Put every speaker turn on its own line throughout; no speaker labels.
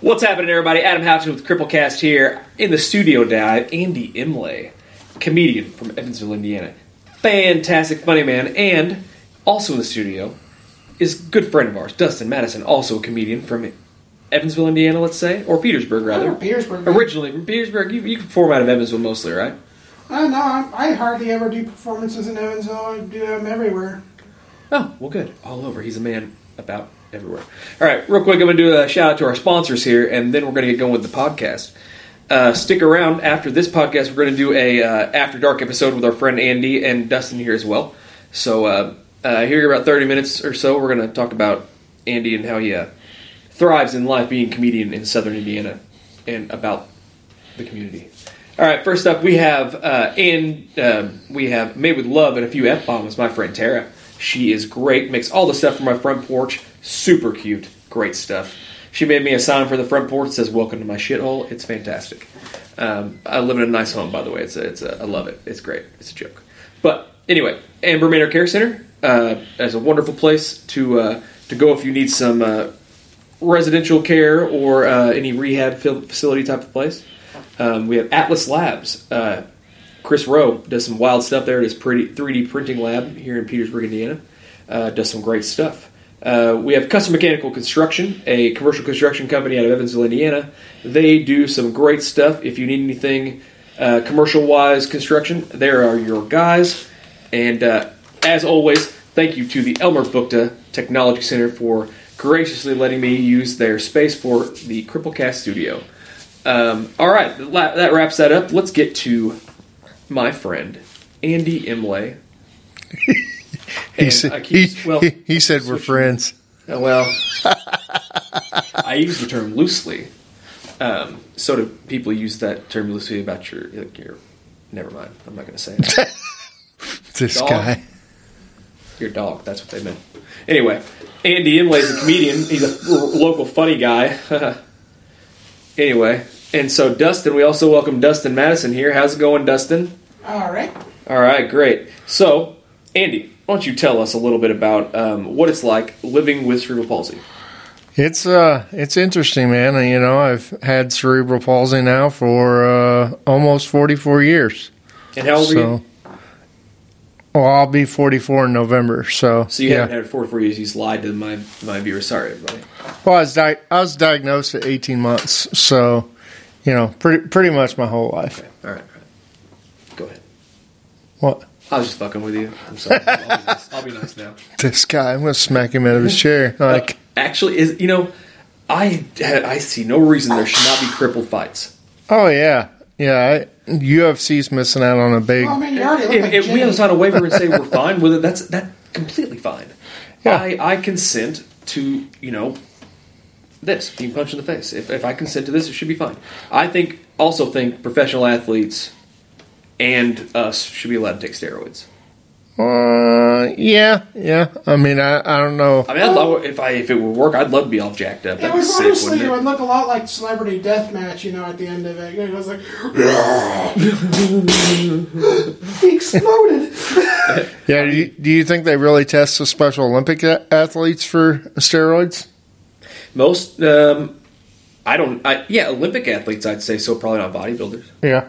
What's happening, everybody? Adam Houghton with Cripplecast here in the studio. Dive Andy Imlay, comedian from Evansville, Indiana, fantastic funny man, and also in the studio is a good friend of ours, Dustin Madison, also a comedian from Evansville, Indiana, let's say, or Petersburg rather.
Oh, Petersburg.
Originally from Petersburg, you, you perform out of Evansville mostly, right?
I don't know. I, Oh, I hardly ever do performances in Evansville. I do them everywhere.
Oh, well, good. All over. He's a man about everywhere. All right, real quick, I'm going to do a shout out to our sponsors here, and then we're going to get going with the podcast. Uh, stick around after this podcast. We're going to do a uh, after dark episode with our friend Andy and Dustin here as well. So uh, uh, here in about 30 minutes or so, we're going to talk about Andy and how he uh, thrives in life being a comedian in Southern Indiana and about the community. All right, first up we have uh, and um we have made with love and a few f bombs. My friend Tara, she is great. Makes all the stuff for my front porch. Super cute, great stuff. She made me a sign for the front porch that says "Welcome to my shithole." It's fantastic. Um, I live in a nice home, by the way. It's a, it's a, I love it. It's great. It's a joke. But anyway, Amber Manor Care Center uh, is a wonderful place to uh, to go if you need some uh, residential care or uh, any rehab fil- facility type of place. Um, we have Atlas Labs. Uh, Chris Rowe does some wild stuff there at his pretty 3D printing lab here in Petersburg, Indiana. Uh, does some great stuff. Uh, we have Custom Mechanical Construction, a commercial construction company out of Evansville, Indiana. They do some great stuff. If you need anything uh, commercial wise construction, there are your guys. And uh, as always, thank you to the Elmer Bukta Technology Center for graciously letting me use their space for the Cripplecast studio. Um, all right, la- that wraps that up. Let's get to my friend Andy Imlay.
He
And I
said,
keep-
he,
well,
he, he said we're friends.
Uh, Well, I use the term loosely. Um, so do people use that term loosely about your like your? Never mind. I'm not going to say it.
This
Dog.
guy.
your dog. That's what they meant. Anyway, Andy Imlay's a comedian. He's a r- local funny guy. anyway, and so Dustin. We also welcome Dustin Madison here. How's it going, Dustin?
All right.
All right, great. So, Andy, why don't you tell us a little bit about um, what it's like living with cerebral palsy?
It's uh, it's interesting, man. And, You know, I've had cerebral palsy now for uh, almost forty four years.
And how old are you?
So, well, I'll be forty four in November. So,
So you
yeah.
haven't had it for four years. You just lied to my my viewers. Sorry, everybody.
Well, I was, di- I was diagnosed at eighteen months. So, you know, pretty pretty much my whole life.
Okay. All right. All right. Go ahead.
What
I was just fucking with you. I'm sorry. I'll be nice, I'll be nice now.
this guy? I'm gonna smack him out of his chair. Like,
Actually, is you know, I I see no reason there should not be crippled fights.
oh yeah, yeah. I, UFC's missing out on a big.
Well, I mean, you already look
If,
like
if we
Jimmy.
don't sign a waiver and say we're fine with it, that's that completely fine.
Yeah.
I, I consent to you know this being punched in the face. If, if I consent to this, it should be fine. I think also think professional athletes and us should be allowed to take steroids.
Uh, yeah, yeah. I mean, I, I don't know.
I mean, I'd love if I if it would work, I'd love to be all jacked up.
Oh. It
That'd be
was
sick,
honestly,
wouldn't
it
it?
would look a lot like Celebrity Deathmatch, you know, at the end of it. It was like, he exploded.
Yeah, do you, do you think they really test the Special Olympic a- athletes for steroids?
Most, um, I don't. I, yeah, Olympic athletes, I'd say so. Probably not bodybuilders.
Yeah.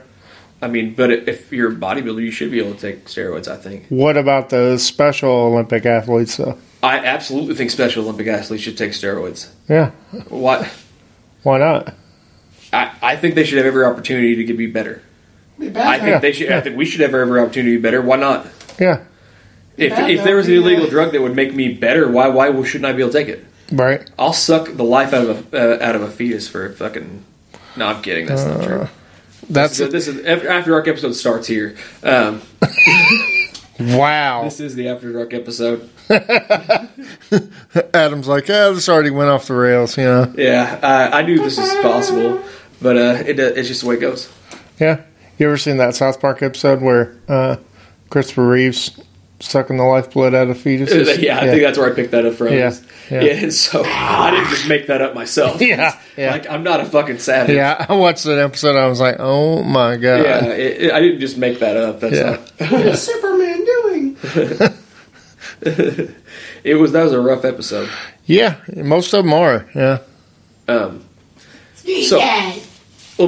I mean, but if you're a bodybuilder, you should be able to take steroids. I think.
What about those Special Olympic athletes, though?
I absolutely think Special Olympic athletes should take steroids.
Yeah,
Why?
why not?
I, I think they should have every opportunity to get be better.
Be
I
bad
think
now.
they should. I think we should have every opportunity to be better. Why not?
Yeah,
If,
Yeah,
if there was an
that'd be
illegal
nice.
drug that would make me better, why why shouldn't I be able to take it?
right.
I'll suck the life out of a uh, out of a fetus for a fucking. No, I'm kidding. That's not true.
That's
So this is after after dark episode starts here. Um,
wow.
this is the after dark episode.
Adam's like, yeah, this already went off the rails. You know.
Yeah, uh, I knew this was possible, but uh, it it's just the way it goes.
Yeah. You ever seen that South Park episode where uh, Christopher Reeves sucking the lifeblood out of fetuses?
yeah, I think that's where I picked that up from.
Yeah,
yeah.
yeah.
and so I didn't just make that up myself.
Yeah, yeah.
like I'm not a fucking savage.
Yeah, I watched that episode. I was like, oh my god.
Yeah, it, it- I didn't just make that up. That's
Yeah.
not,
What is Superman doing?
it was that was a rough episode.
Yeah, most of them are. Yeah,
Um, So- Let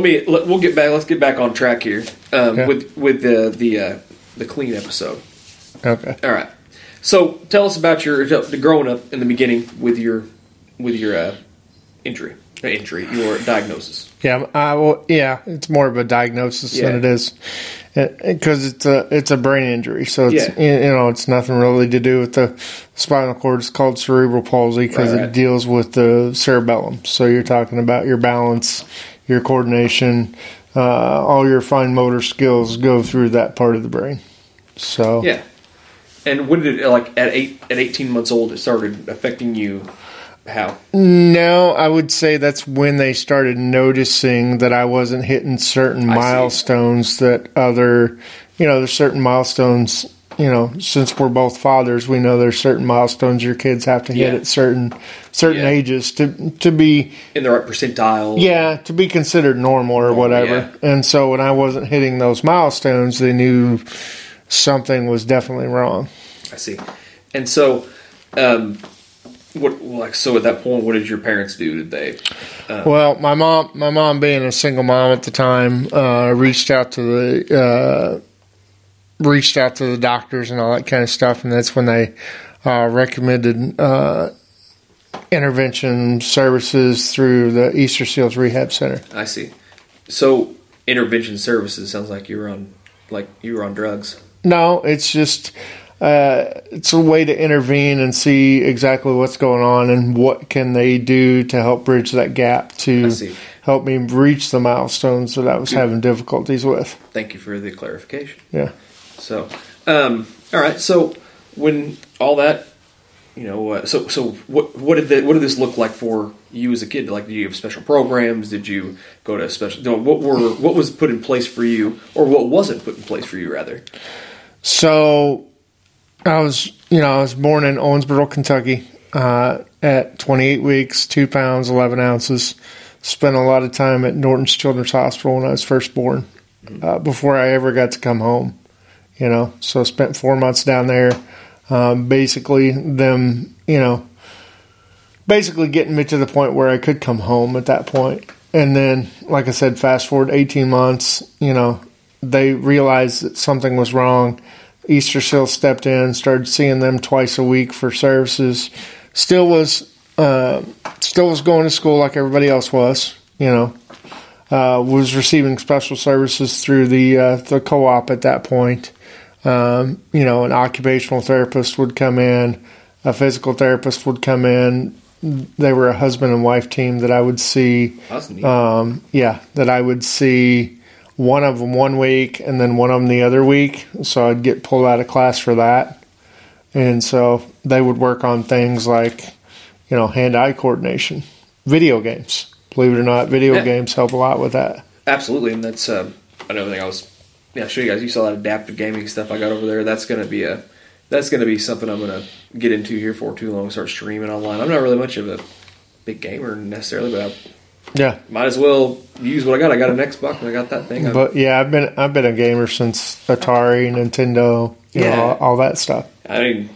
me. Let, we'll get back. Let's get back on track here um,
Okay.
with with the the uh, the clean episode.
Okay.
All right. So tell us about your tell- the growing up in the beginning with your with your uh, injury, Uh, injury, your diagnosis.
Yeah, I will, yeah, it's more of a diagnosis
Yeah.
than it is because it's a it's a brain injury. So it's
Yeah.
you you know it's nothing really to do with the spinal cord. It's called cerebral palsy because
Right,
it
right.
deals with the cerebellum. So you're talking about your balance, your coordination, uh, all your fine motor skills go through that part of the brain. So
Yeah. And when did it like at eight at eighteen months old it started affecting you? How?
No, I would say that's when they started noticing that I wasn't hitting certain
I see.
milestones that other, you know, there's certain milestones, you know, since we're both fathers, we know there's certain milestones your kids have to hit
Yeah.
at certain certain
Yeah.
ages to to be
In the right percentile?
yeah, to be considered normal or whatever. And so when I wasn't hitting those milestones, they knew something was definitely wrong.
I see. And so, um, what like so at that point, what did your parents do? Did they?
Well, my mom, my mom being a single mom at the time, uh, reached out to the uh, reached out to the doctors and all that kind of stuff, and that's when they uh, recommended uh, intervention services through the Easter Seals Rehab Center.
I see. So intervention services sounds like you were on like you were on drugs.
No, it's just uh, it's a way to intervene and see exactly what's going on and what can they do to help bridge that gap
I
to
see.
help me reach the milestones that I was having difficulties with.
Thank you for the clarification.
Yeah.
So, um, all right. So when all that, you know, uh, so so what what did the, what did this look like for you as a kid? Like, did you have special programs? Did you go to special? no, What were what was put in place for you, or what wasn't put in place for you, rather?
So I was, you know, I was born in Owensboro, Kentucky, uh, at 28 weeks, two pounds, 11 ounces. Spent a lot of time at Norton's Children's Hospital when I was first born, uh, before I ever got to come home. You know, so I spent four months down there, um, basically them, you know, basically getting me to the point where I could come home at that point. And then, like I said, fast forward 18 months, you know, they realized that something was wrong. Easter Seal stepped in, started seeing them twice a week for services. Still was uh, still was going to school like everybody else was, you know. Uh, was receiving special services through the uh, the co-op at that point. Um, you know, an occupational therapist would come in, a physical therapist would come in. They were a husband and wife team that I would see
That's neat.
um, yeah, that I would see one of them one week and then one of them the other week. So I'd get pulled out of class for that. And so they would work on things like, you know, hand eye coordination, video games. Believe it or not, video
Yeah.
games help a lot with that.
Absolutely, and that's um, another thing I was. Yeah, I'll show you guys. You saw that adaptive gaming stuff I got over there. That's gonna be a. That's gonna be something I'm gonna get into here for too long. Start streaming online. I'm not really much of a big gamer necessarily, but I
Yeah.
might as well use what I got. I got an Xbox and I got that thing. I-
But yeah, I've been I've been a gamer since Atari, Nintendo, you
Yeah.
know, all, all that stuff.
I mean,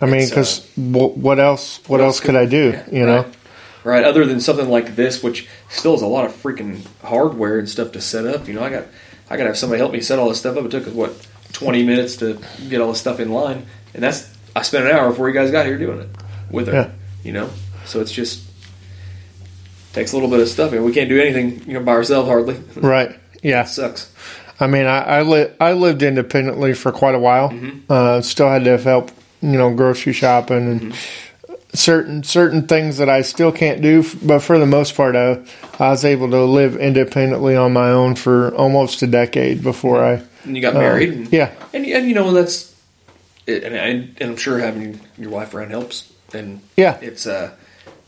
I mean,
It's, uh,
because what else? What, else could I do?
yeah,
you know,
right. right? Other than something like this, which still is a lot of freaking hardware and stuff to set up. You know, I got I got to have somebody help me set all this stuff up. It took us what twenty minutes to get all this stuff in line, and that's I spent an hour before you guys got here doing it with her.
Yeah.
You know, so it's just takes a little bit of stuff, and we can't do anything you know by ourselves hardly.
right? Yeah.
That sucks.
I mean, I I, li- I lived independently for quite a while.
Mm-hmm.
Uh, still had to help, you know, grocery shopping and
Mm-hmm.
certain certain things that I still can't do. f- But for the most part, I, I was able to live independently on my own for almost a decade before I.
Mm-hmm. And you got
uh,
married, and,
yeah,
and and you know that's and I, and I'm sure having your wife around helps, and
yeah.
it's a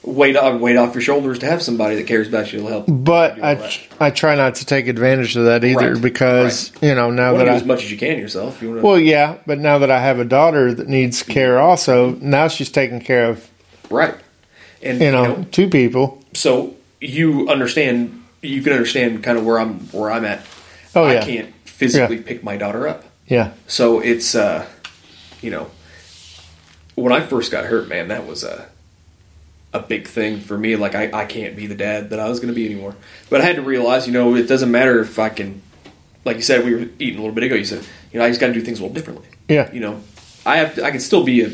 weight off weight off your shoulders to have somebody that cares about you to help.
But
do all
I
that.
tr- I try not to take advantage of that either
Right,
because you know now
You want
that
to do
I
as much as you can yourself. You want to
well yeah, but now that I have a daughter that needs care
Mm-hmm.
also now she's taken care of
right, and
you know two people.
so you understand. You can understand kind of where I'm where I'm at.
Oh,
I
yeah.
can't physically pick my daughter up,
Yeah,
so it's uh, you know, when I first got hurt, man, that was a a big thing for me. Like I, I can't be the dad that I was going to be anymore. But I had to realize, you know, it doesn't matter if I can. Like you said, we were eating a little bit ago. You said, you know, I just got to do things a little differently.
Yeah.
You know, I have. To, I can still be a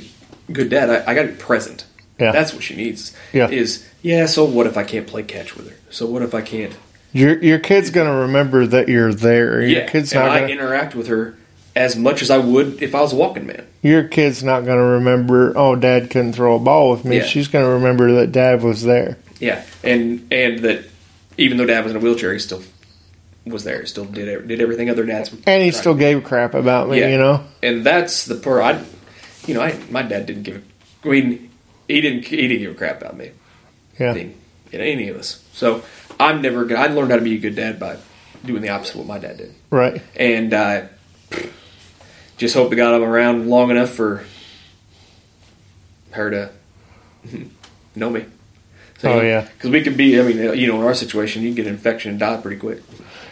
good dad. I, I got to be present.
Yeah.
That's what she needs.
Yeah.
Is yeah. So what if I can't play catch with her? So what if I can't?
Your your kid's gonna remember that you're there. Your
yeah.
kid's
and
not
I
gonna
interact with her as much as I would if I was a walking man.
your kid's not gonna remember. Oh, dad couldn't throw a ball with me.
Yeah.
She's gonna remember that dad was there.
Yeah, and and that even though Dad was in a wheelchair, he still was there. Still did ev- did everything other dads.
And he still gave a crap about me,
Yeah.
you know?
And that's the part I, you know, I my dad didn't give. a- I mean, he didn't he didn't give a crap about me.
Yeah.
In, in any of us. So I'm never gonna. I learned how to be a good dad by doing the opposite of what my dad did,
Right.
and uh, just hope to God I'm around long enough for her to know me.
Oh, yeah.
because we could be. I mean, you know, in our situation, you can get an infection and die pretty quick.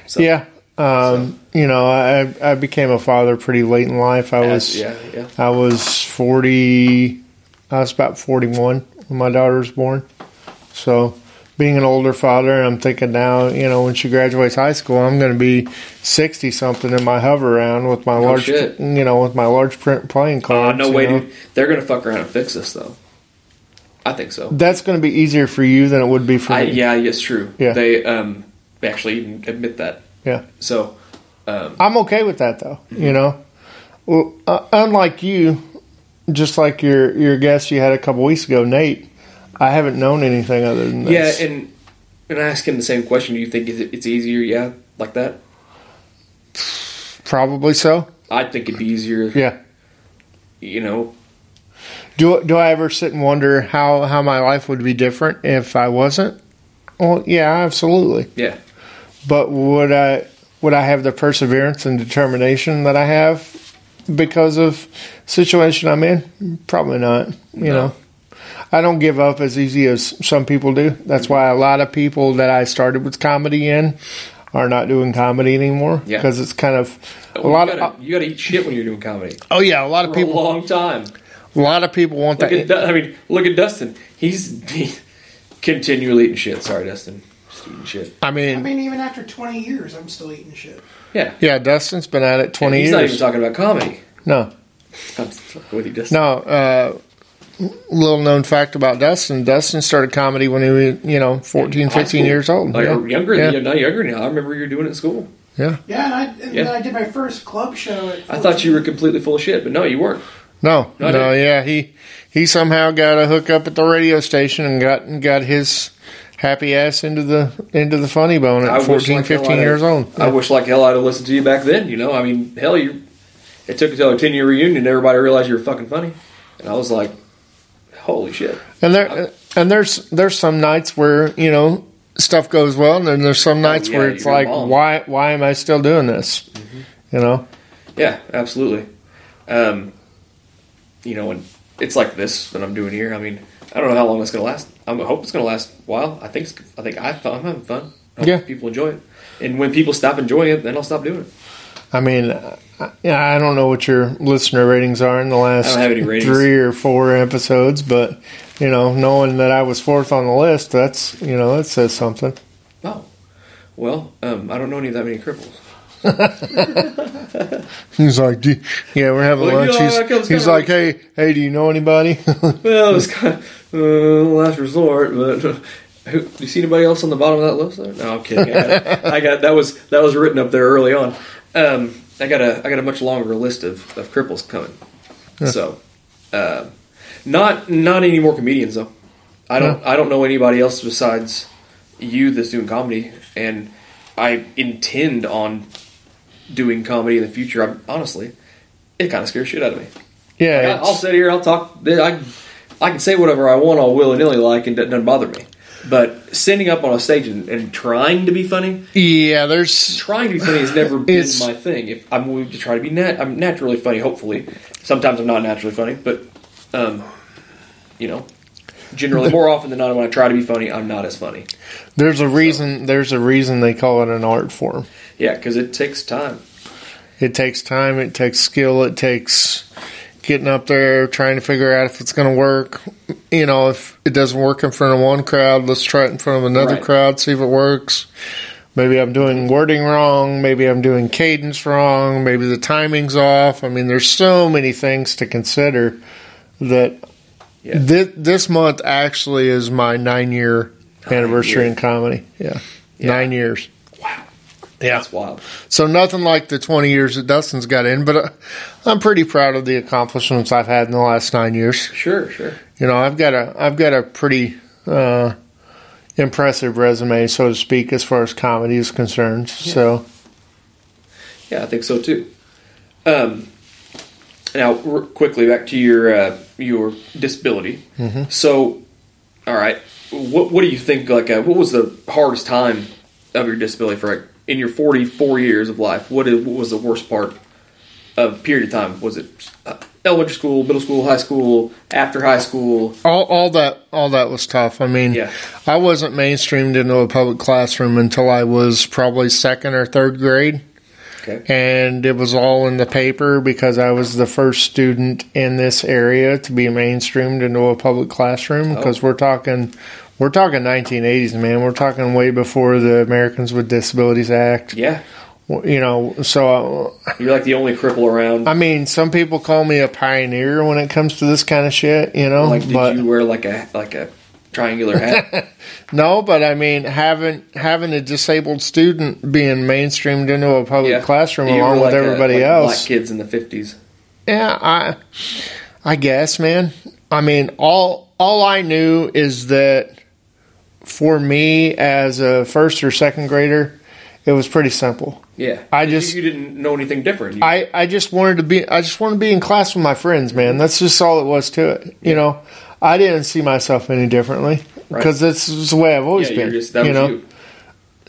So,
yeah. Um, you know, I I became a father pretty late in life. I
as-
was
yeah, yeah,
I was forty I was about forty one when my daughter was born. So being an older father and I'm thinking now, you know, when she graduates high school I'm gonna be sixty something in my hover around with my large
shit.
you know, with my large print playing
Uh,
cards.
no
you
way,
know.
dude. They're gonna fuck around and fix this, though. I think so.
That's gonna be easier for you than it would be for
I,
me.
yeah, it's true.
Yeah.
They um they actually even admit that.
yeah.
So
I'm okay with that though. You know, well, uh, unlike you, just like your your guest you had a couple weeks ago, Nate, I haven't known anything other than this.
Yeah, and and I ask him the same question. Do you think it- it's easier? Yeah, like that.
probably so.
I think it'd be easier.
Yeah.
You know,
Do do I ever sit and wonder how how my life would be different if I wasn't? Well, yeah, absolutely.
yeah,
But would I would I have the perseverance and determination that I have because of situation I'm in? Probably not. You
No.
know. I don't give up as easy as some people do. That's why a lot of people that I started with comedy in are not doing comedy anymore
Yeah. Oh,
because it's kind of a
you
lot
gotta,
of
you gotta eat shit when you're doing comedy
oh yeah, a lot of
for a
people
long time.
a lot of people want
Look at
that.
Du- I mean, look at Dustin. He's he, continually eating shit. Sorry, Dustin. Just eating shit.
I
I
mean,
mean, even after 20 years, I'm still eating shit.
Yeah,
yeah, Dustin's been at it
And
twenty
he's not even
years.
talking about comedy.
No,
I'm fucking with you, Dustin.
No, uh, little known fact about Dustin. Dustin started comedy when he was, you know, 14,
High
15
school.
years old.
Like,
yeah.
or younger,
yeah.
than you, not younger now. I remember you were doing it at school.
yeah.
Yeah, and I and
Yeah.
then I did my first club show. At
I thought you were completely full of shit, but no, you weren't.
No,
No, I
no,
didn't.
yeah. He he somehow got a hookup at the radio station and got and got his happy ass into the into the funny bone at
I wish
14,
like hell
15
I'd-
years old.
I wish like hell I'd have listened to you back then. You know, I mean, hell, you. It took until a ten year reunion, and everybody realized you were fucking funny, and I was like, "Holy shit!"
And there and there's there's some nights where you know stuff goes well, and then there's some nights
Oh, yeah,
where it's
you're Mm-hmm.
like,
bummed.
why why am I still doing this? You know,
Yeah, absolutely. Um, you know, and it's like this that I'm doing here. I mean, I don't know how long it's gonna last. I'm, I hope it's gonna last a while. I think it's, I think I, I'm having fun. I hope
Yeah.
people enjoy it, and when people stop enjoying it, then I'll stop doing it.
I mean, I, I don't know what your listener ratings are in the
I
last
don't have any ratings.
three or four episodes, but you know, knowing that I was fourth on the list, that's you know, that says something.
Oh, well, um, I don't know any that many cripples.
He's like, do, yeah, we're having
Well, you know,
lunch.
that
he's
comes
he's
kinda
like, hey, hey, do you know anybody?
Well, it's kind of uh, last resort, but who, do you see anybody else on the bottom of that list? There? No, I'm kidding. I got, I got that was that was written up there early on. Um, I got a I got a much longer list of, of cripples coming. So, uh, not not any more comedians though. I don't I don't know anybody else besides you that's doing comedy, and I intend on doing comedy in the future. I'm, honestly, it kind of scares shit out of me. I-
yeah,
I'll
it's,
sit here. I'll talk. I I can say whatever I want all willy nilly like, and it doesn't bother me. But sitting up on a stage and, and trying to be funny,
yeah. There's
trying to be funny has never been
It's-
my thing. If I'm willing to try to be nat, I'm naturally funny. Hopefully, sometimes I'm not naturally funny, but um, you know, generally more often than not, when I try to be funny, I'm not as funny.
there's a reason there's a reason they call it an art form.
Yeah, because it takes time.
It takes time. It takes skill. It takes getting up there, trying to figure out if it's going to work. You know, if it doesn't work in front of one crowd, let's try it in front of another
Right.
crowd, see if it works. Maybe I'm doing wording wrong. Maybe I'm doing cadence wrong. Maybe the timing's off. I mean, there's so many things to consider that
Yeah.
thi- this month actually is my nine year anniversary
years.
in comedy. Yeah.
Yeah.
Nine years. Wow. Yeah.
That's wild.
So nothing like the 20 years that Dustin's got in, but uh, I'm pretty proud of the accomplishments I've had in the last nine years.
Sure, sure.
You know, I've got a I've got a pretty uh, impressive resume, so to speak, as far as comedy is concerned. So
Yeah, I think so too. Um, now, r- quickly back to your uh, your disability. So, all right, what what do you think? Like, uh, what was the hardest time of your disability for like in your forty four years of life? What is, what was the worst part of period of time? Was it uh, elementary school, middle school, high school, after high school?
all, all that all that was tough. I mean,
Yeah.
I wasn't mainstreamed into a public classroom until I was probably second or third grade.
Okay.
and it was all in the paper because I was the first student in this area to be mainstreamed into a public classroom
Oh.
because we're talking we're talking 1980s man we're talking way before the Americans with Disabilities Act
Yeah,
you know so
you're like the only cripple around.
I mean some people call me a pioneer when it comes to this kind of shit you know
like, did
Um, but
you wear like a like a triangular hat?
No, but I mean having having a disabled student being mainstreamed into a public
Yeah.
classroom
You were
along with
like a-
everybody
like
else
Black kids in the fifties.
Yeah, I I guess, man. I mean, all all I knew is that for me as a first or second grader, it was pretty simple.
Yeah,
I
You-
just-
you, didn't know anything different. You-
I, I just wanted to be I just wanted to be in class with my friends, man. That's just all it was to it. You know, I didn't see myself any differently
Right.
because that's just the way I've always
yeah,
been.
you're just that
you
was
know,
you.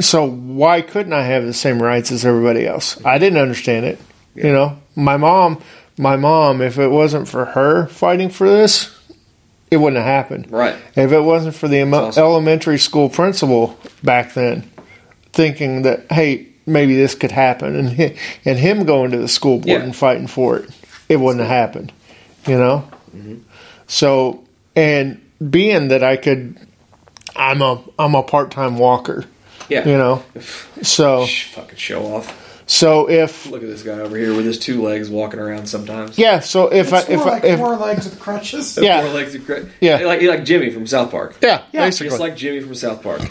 so why couldn't I have the same rights as everybody else? I didn't understand it. You know, my mom, my mom, if it wasn't for her fighting for this, it wouldn't have happened.
right?
If it wasn't for the emo-
awesome.
elementary school principal back then thinking that, hey, maybe this could happen, and hi and him going to the school board
Yeah.
and fighting for it, it wouldn't have happened. You know,
Mm-hmm.
so and being that I could, I'm a I'm a part time walker.
Yeah,
You know, so
Shh, fucking show off.
so if
Look at this guy over here with his two legs walking around sometimes.
yeah, so if I,
It's
if
more
I-
like
if
four legs with crutches.
Yeah.
Four legs. Of cra-
Yeah.
like like Jimmy from South Park.
yeah,
Yeah,
basically,
Just like Jimmy from South Park.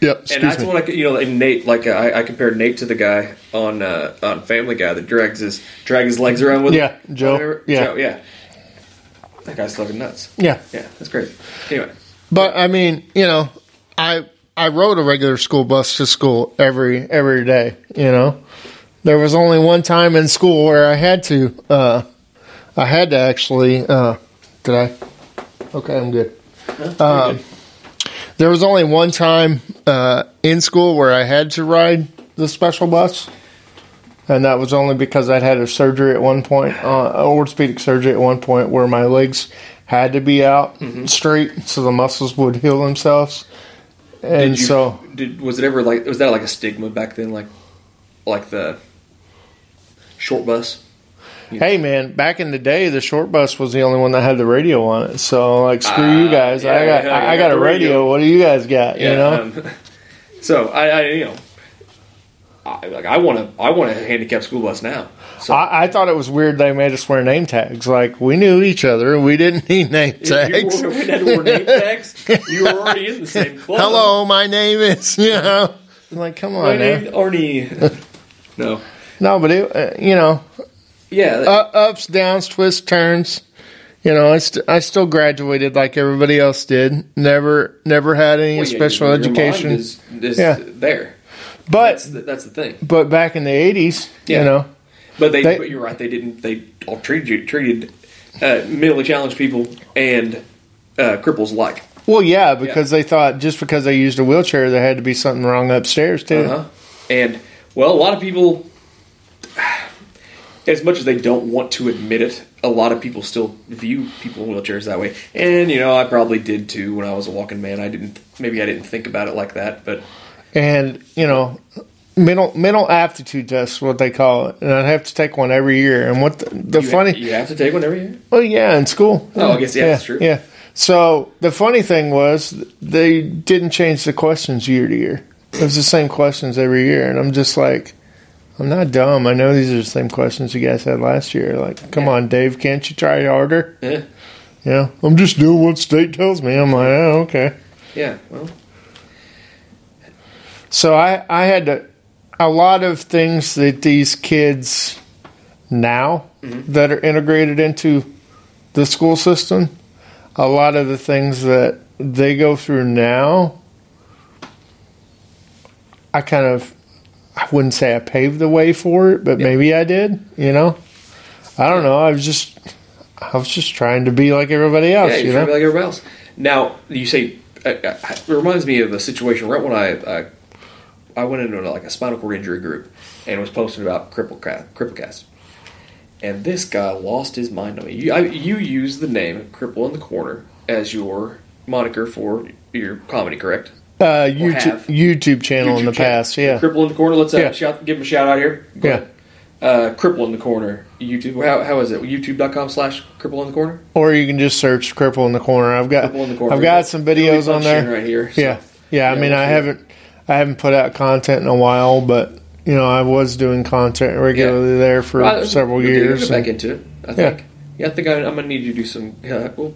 yeah,
and
excuse
that's
me.
what I could- you know. And Nate, like uh, I, I compared Nate to the guy on uh, on Family Guy that drags his drag his legs around with
Yeah,
him.
Joe.
Whatever.
Yeah.
Joe, yeah. That guy's fucking nuts.
yeah,
Yeah, that's crazy. Anyway,
but I mean, you know, I I rode a regular school bus to school every every day. You know, there was only one time in school where I had to uh, I had to actually uh, did I? Okay, I'm good.
um,
There was only one time uh, in school where I had to ride the special bus, and that was only because I'd had a surgery at one point, uh, orthopedic surgery at one point, where my legs had to be out
Mm-hmm.
straight so the muscles would heal themselves. And
Did you-
so,
did, was it ever like was that like a stigma back then? Like, like the short bus.
hey, man, back in the day, the short bus was the only one that had the radio on it. So, like, screw
Ah,
you guys.
yeah,
I got,
yeah,
I,
you
I got,
got
a
the radio.
radio. What do you guys got? you know,
um, so I, I, you know, I, like I want to, I want a handicapped school bus now. So
I, I thought it was weird they made us wear name tags. Like we knew each other, and we didn't need name
if you
tags.
were- if you were name tags, you were already in the same club.
Hello, my name is. You know, I'm like come
my
on, man.
name's Arnie. no,
No, but it, uh, you know,
yeah, that-
u- ups, downs, twists, turns. You know, I, st- I still graduated like everybody else did. Never, never had any
well, yeah,
special
your- your
education.
mind is, is
Yeah.
there.
but
That's the, that's the thing.
but back in the eighties,
Yeah.
you know,
But they,
They-
but you're right. They didn't. They all treated you, treated uh, mentally challenged people and uh, cripples alike.
well, yeah, because they thought just because they used a wheelchair, there had to be something wrong upstairs too.
Uh-huh. And well, a lot of people, as much as they don't want to admit it, a lot of people still view people in wheelchairs that way. And you know, I probably did too when I was a walking man. I didn't. Maybe I didn't think about it like that, but
And you know, mental mental aptitude test, what they call it, and I'd have to take one every year. And what the, the
You ha-
funny,
you have to take one every year.
well, yeah, in school.
Oh, I guess, yeah,
yeah,
that's true.
Yeah. So the funny thing was they didn't change the questions year to year. It was the same questions every year, and I'm just like, I'm not dumb. I know these are the same questions you guys had last year. Like, come on, Dave, can't you try harder?
Yeah.
You know, I'm just doing what state tells me. I'm like, oh, okay.
Yeah. Well.
So I, I had to, a lot of things that these kids now
Mm-hmm.
that are integrated into the school system, a lot of the things that they go through now, I kind of, I wouldn't say I paved the way for it, but maybe I did, you know? I don't know. I was just, I was just trying to be like everybody else,
Yeah,
you
you're trying
know?
to be like everybody else. Now you say uh, uh, it reminds me of a situation right when I uh, I went into like a spinal cord injury group and was posting about cripplecast, cripplecast. and this guy lost his mind on me. You I, you use the name Cripple in the Corner as your moniker for your comedy, correct?
uh,
have.
YouTube, YouTube channel in the
YouTube channel.
past, yeah.
Cripple in the Corner. Let's uh,
Yeah.
shout, give him a shout out here. Go
Yeah.
ahead. Uh, Cripple in the Corner YouTube. How, how is it? YouTube.com slash Cripple in the Corner.
or you can just search "cripple in the corner." I've got
Cripple in the Corner.
Uh, I've got some
Really
videos on
punching
there.
right here. so-
Yeah, yeah. I
Yeah,
mean,
we'll
I
see.
haven't I haven't put out content in a while, but you know, I was doing content regularly there for
Well,
several
we did
years.
Get back
and-
into it, I think. Yeah, I think I, I'm gonna need you to do some. Uh, we'll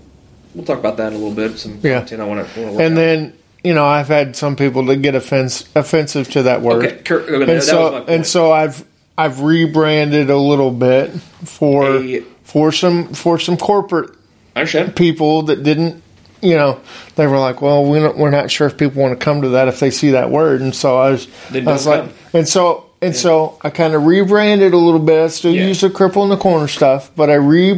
we'll talk about that in a little bit. Some
Yeah.
content I want to.
and then you know, I've had some people that get offense offensive to that word,
okay, Kurt, that
and
was my
so
point.
and so I've I've rebranded a little bit for
A-
for some for some corporate
I understand.
people that didn't, you know, they were like, well, we don't, we're not sure if people want to come to that if they see that word. And so I was, I
Then
was
don't
like,
come.
and so, and so I kind of rebranded a little bit. I still
Yeah.
use the cripple in the corner stuff, but I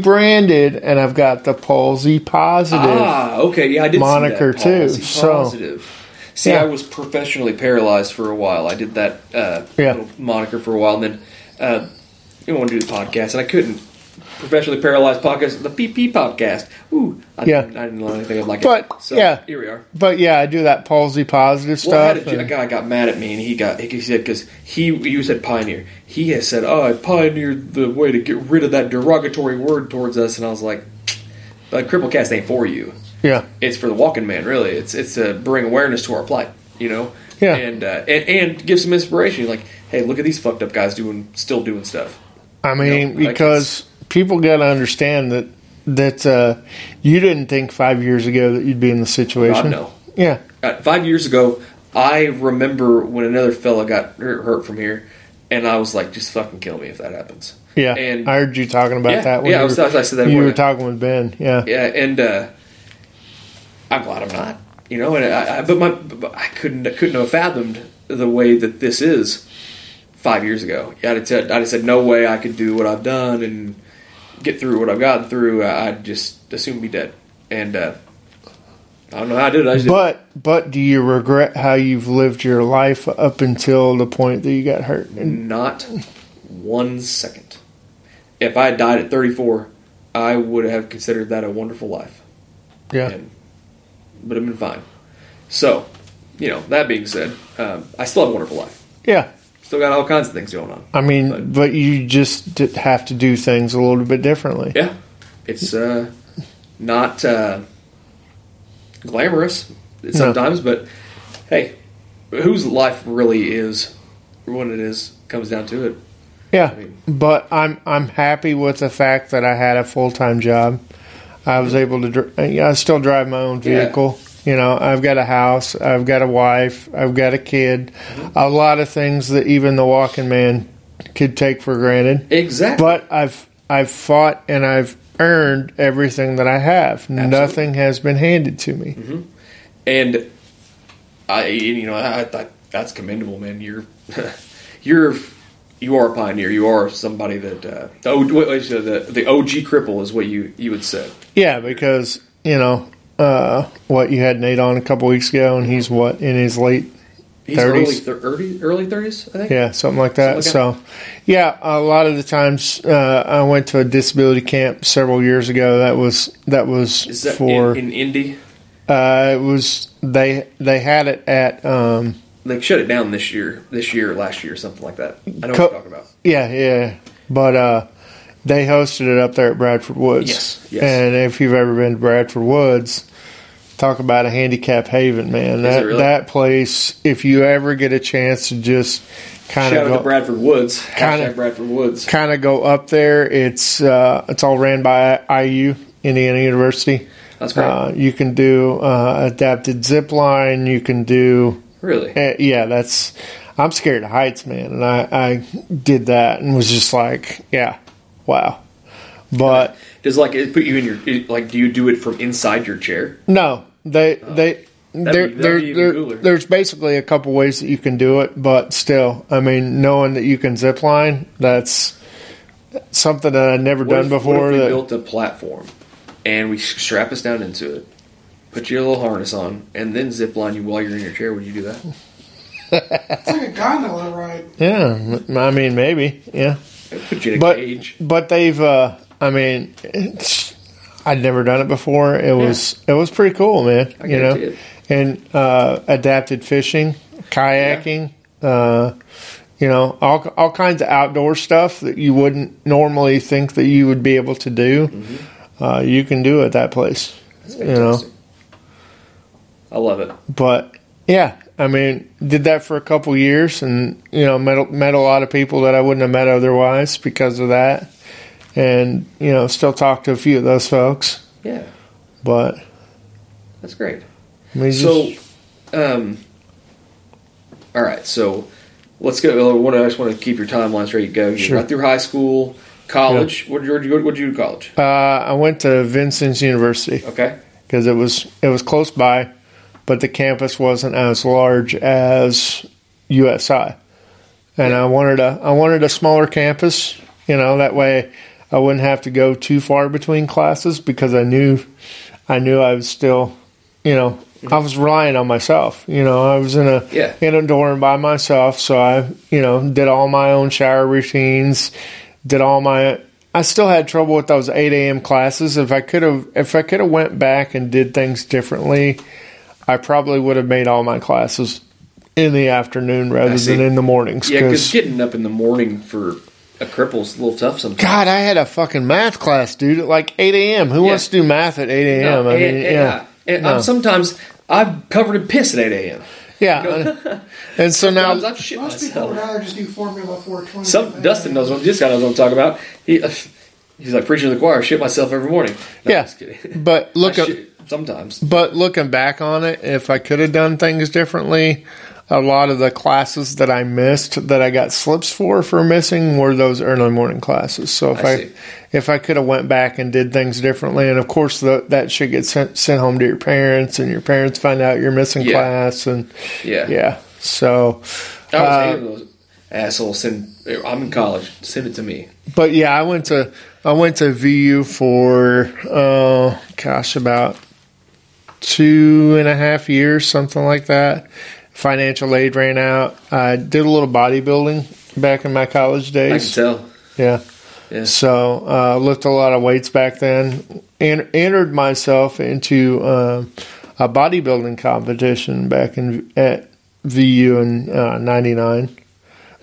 rebranded and I've got the palsy positive.
Ah, okay, yeah, I did
Moniker,
see that.
too,
Policy
so-
positive. See,
Yeah.
I was professionally paralyzed for a while. I did that uh,
Yeah.
little moniker for a while, and then uh, you want to do the podcast, and I couldn't. Professionally paralyzed podcast, the PP podcast. Ooh, I,
Yeah.
didn't, I didn't learn anything like it.
But,
So,
yeah.
here we are.
But yeah, I do that palsy positive
Well, I
stuff.
had a, ju- a
and-
guy got mad at me, and he got he said because he you said pioneer. He has said, "Oh, I pioneered the way to get rid of that derogatory word towards us," and I was like, "Like Cripplecast ain't for you.
yeah.
It's for the walking man, really. It's it's to bring awareness to our plight, you know,
Yeah.
and, uh, and and give some inspiration. Like, hey, look at these fucked up guys doing still doing stuff.
I mean,
like
because people got to understand that, that, uh, you didn't think five years ago that you'd be in the situation.
no.
Yeah.
Uh, five years ago, I remember when another fella got hurt, hurt from here, and I was like, just fucking kill me if that happens.
Yeah,
and
I heard you talking about
Yeah,
that.
yeah, I
you
was-
were-
I said that
You
word.
were talking with Ben. Yeah,
yeah, and uh, I'm glad I'm not. You know, and I, I but my but I couldn't I couldn't have fathomed the way that this is five years ago. I'd have said, I'd have said no way I could do what I've done and get through what I've gotten through. I- I'd just assume be dead. And uh, I don't know how I did. it. I just
but but do you regret how you've lived your life up until the point that you got hurt? And
not one second. If I had died at 34, I would have considered that a wonderful life.
yeah,
and would have been fine. So, you know, that being said, um, I still have a wonderful life.
yeah.
Still got all kinds of things going on.
I mean,
But-
but, you just did have to do things a little bit differently.
Yeah, it's uh, not uh, glamorous sometimes, but hey, whose life really is when it is comes down to it.
Yeah,
I mean-
but I'm I'm happy with the fact that I had a full time job. I was able to. dr- uh, I still drive my own
Yeah.
vehicle. You know, I've got a house. I've got a wife. I've got a kid. A lot of things that even the walking man could take for granted.
Exactly.
But I've I've fought and I've earned everything that I have. Nothing has been handed to me.
and I, and, you know, I, I thought that's commendable, man. You're, you're, you are a pioneer. You are somebody that uh, the, O- what was it, the the OG cripple is what you you had said.
Yeah, because you know uh, what you had Nate on a couple weeks ago, and he's what in his late
He's
30s.
early thir- early thirties, I think.
Yeah, something like that.
Something
so, yeah, a lot of the times uh, I went to a disability camp several years ago. That was that was
Is that
for
in, in Indy?
uh, it was they they had it at um,
They shut it down this year, this year, or last year, something like that. I know
Co-
what you're talking about.
Yeah, yeah. But uh, they hosted it up there at Bradford Woods.
Yes, yes.
And if you've ever been to Bradford Woods, talk about a handicap haven, man.
it
That
really?
that place. If you ever get a chance to just kind
Shout out to
of go,
Bradford Woods.
Kinda-
Hashtag Bradford Woods.
kind of go up there, it's uh, it's all ran by IU, Indiana University.
That's great.
Uh, you can do uh, adapted zip line. You can do
really?
Eh, yeah, that's. I'm scared of heights, man, and I, I did that and was just like, yeah, wow. But
Does like it put you in your it- like? Do you do it from inside your chair?
no, they they there
Oh, that'd
there
be even
there-
cooler.
there's basically a couple ways that you can do it, but still, I mean, knowing that you can zip line, that's something that I'd never
What
done
if- What
before.
if we
that-
built a platform and we strap us down into it, put your little harness on, and then zip line you while you're in your chair? Would you do that?
It's like a gondola ride.
yeah, m- I mean, maybe, yeah.
It'd Put you in a
but
cage.
but they've uh i mean it's, i'd never done it before it was it was pretty cool man
I
you know
guarantee it.
and uh adapted fishing kayaking uh you know all, all kinds of outdoor stuff that you wouldn't normally think that you would be able to do uh, you can do at that place
That's
you know.
fantastic. I love it.
but yeah i mean did that for a couple years and you know met, met a lot of people that i wouldn't have met otherwise because of that and you know still talk to a few of those folks
Yeah,
but
that's great.
I mean,
So,
just-
um, all right. So let's go. What I just want to keep your timeline straight. Go. You
Sure.
got through high school, college. What did you? What did you do in college?
uh, i went to vincent's university
Okay.
because it was it was close by but the campus wasn't as large as usi and i wanted a i wanted a smaller campus you know that way i wouldn't have to go too far between classes because i knew I knew I was still, you know, I was relying on myself. You know, I was in a
Yeah.
in a dorm by myself, so I, you know, did all my own shower routines, did all my. I still had trouble with those eight a.m. classes. If I could have, if I could have went back and did things differently, I probably would have made all my classes in the afternoon rather
see.
than in the mornings.
Yeah,
'cause-
because getting up in the morning for a cripple's a little tough sometimes.
God, I had a fucking math class, dude, at like eight a.m. Who wants to do math at eight
No,
a.m.? I
and-
mean,
and-
yeah.
And I'm sometimes I'm covered in piss at 8 a.m.
Yeah. and so now,
Sometimes I've shit
Most people would
myself.
rather just do Formula 420.
Some Dustin knows what this guy knows what I'm talking about. He uh, he's like preaching to the choir. I Shit myself every morning. No,
yeah.
just kidding.
But look,
I
at,
shit sometimes.
but looking back on it, if I could have done things differently, a lot of the classes that I missed that I got slips for for missing were those early morning classes. So if
I
I,
see.
if I could have went back and did things differently, and of course the, that should get sent sent home to your parents, and your parents find out you're missing
Yeah.
class, and
Yeah,
yeah, so.
I was
uh,
hating those assholes. Send I'm in college. Send it to me.
but yeah, I went to I went to VU for oh gosh about two and a half years, something like that. Financial aid ran out. I did a little bodybuilding back in my college
I can
days.
tell.
Yeah.
Yeah.
So uh, lifted a lot of weights back then, and entered myself into um a bodybuilding competition back in at VU in uh, '99.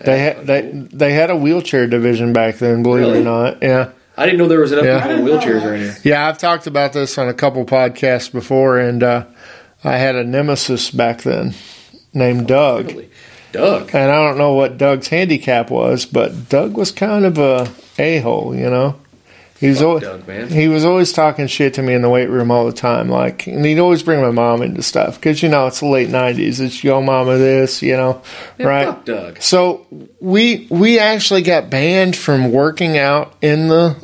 They had they they had a wheelchair division back then, believe it
Really?
or not. Yeah,
I didn't know there was enough
Yeah.
people in wheelchairs or anything.
yeah. I've talked about this on a couple podcasts before, and uh, I had a nemesis back then named Doug.
Oh, Really. Doug.
And I don't know what Doug's handicap was, but Doug was kind of a a hole, you know. He was
Fuck
always
Doug, man.
he was always talking shit to me in the weight room all the time, like, and he'd always bring my mom into stuff because you know it's the late nineties. It's yo mama this, you know,
Man,
right?
Fuck Doug.
So we we actually got banned from working out in the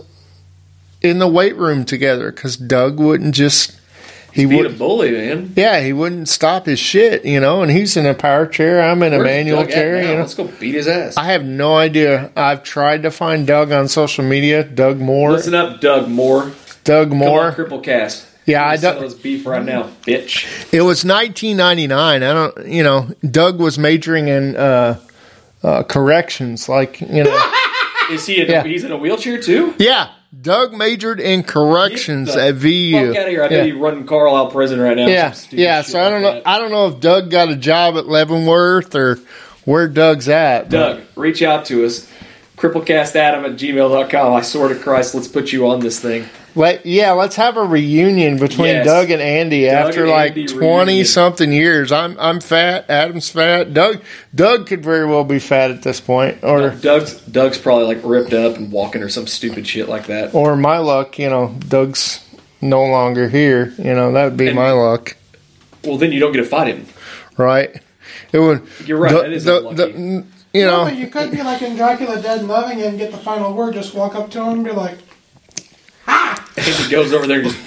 in the weight room together because Doug wouldn't just he
Being
would
a bully, man.
yeah he wouldn't stop his shit, you know. And he's in a power chair, I'm in a
Where's
manual
Doug at
chair,
now?
you know.
Let's go beat his ass.
I have no idea. I've tried to find Doug on social media. Doug Moore.
Listen up, Doug Moore.
Doug
More
Moore.
cripple cast.
Yeah, I
sell
don't-
this beef right now, bitch.
It was 1999. I don't, you know, Doug was majoring in uh, uh, corrections, like you know.
Is he? In
Yeah.
He's in a wheelchair too.
yeah, Doug majored in corrections
Get the
at VU.
Fuck out of here! I know
yeah.
you running Carl out of prison right now. or
yeah,
some stupid
yeah.
shit
So I don't know.
like that.
I don't know if Doug got a job at Leavenworth or where Doug's at. but-
Doug, reach out to us. Cripplecastadam at gmail.com. I swear to Christ, let's put you on this thing.
Let yeah, let's have a reunion between
Yes.
Doug and Andy after
and
like
Andy
twenty
reunion.
something years. I'm I'm fat. Adam's fat. Doug Doug could very well be fat at this point, or
Doug's Doug's probably like ripped up and walking or some stupid shit like that.
or my luck. You know, Doug's no longer here. You know, that would be
And-
my luck,
Well, then you don't get to fight him.
right? It would.
You're right.
Doug-
that is
Doug-
unlucky.
Doug- you
No,
know,
but you could be like in Dracula Dead and Loving and get the final word. Just walk up to him and be like,
and he goes over there and just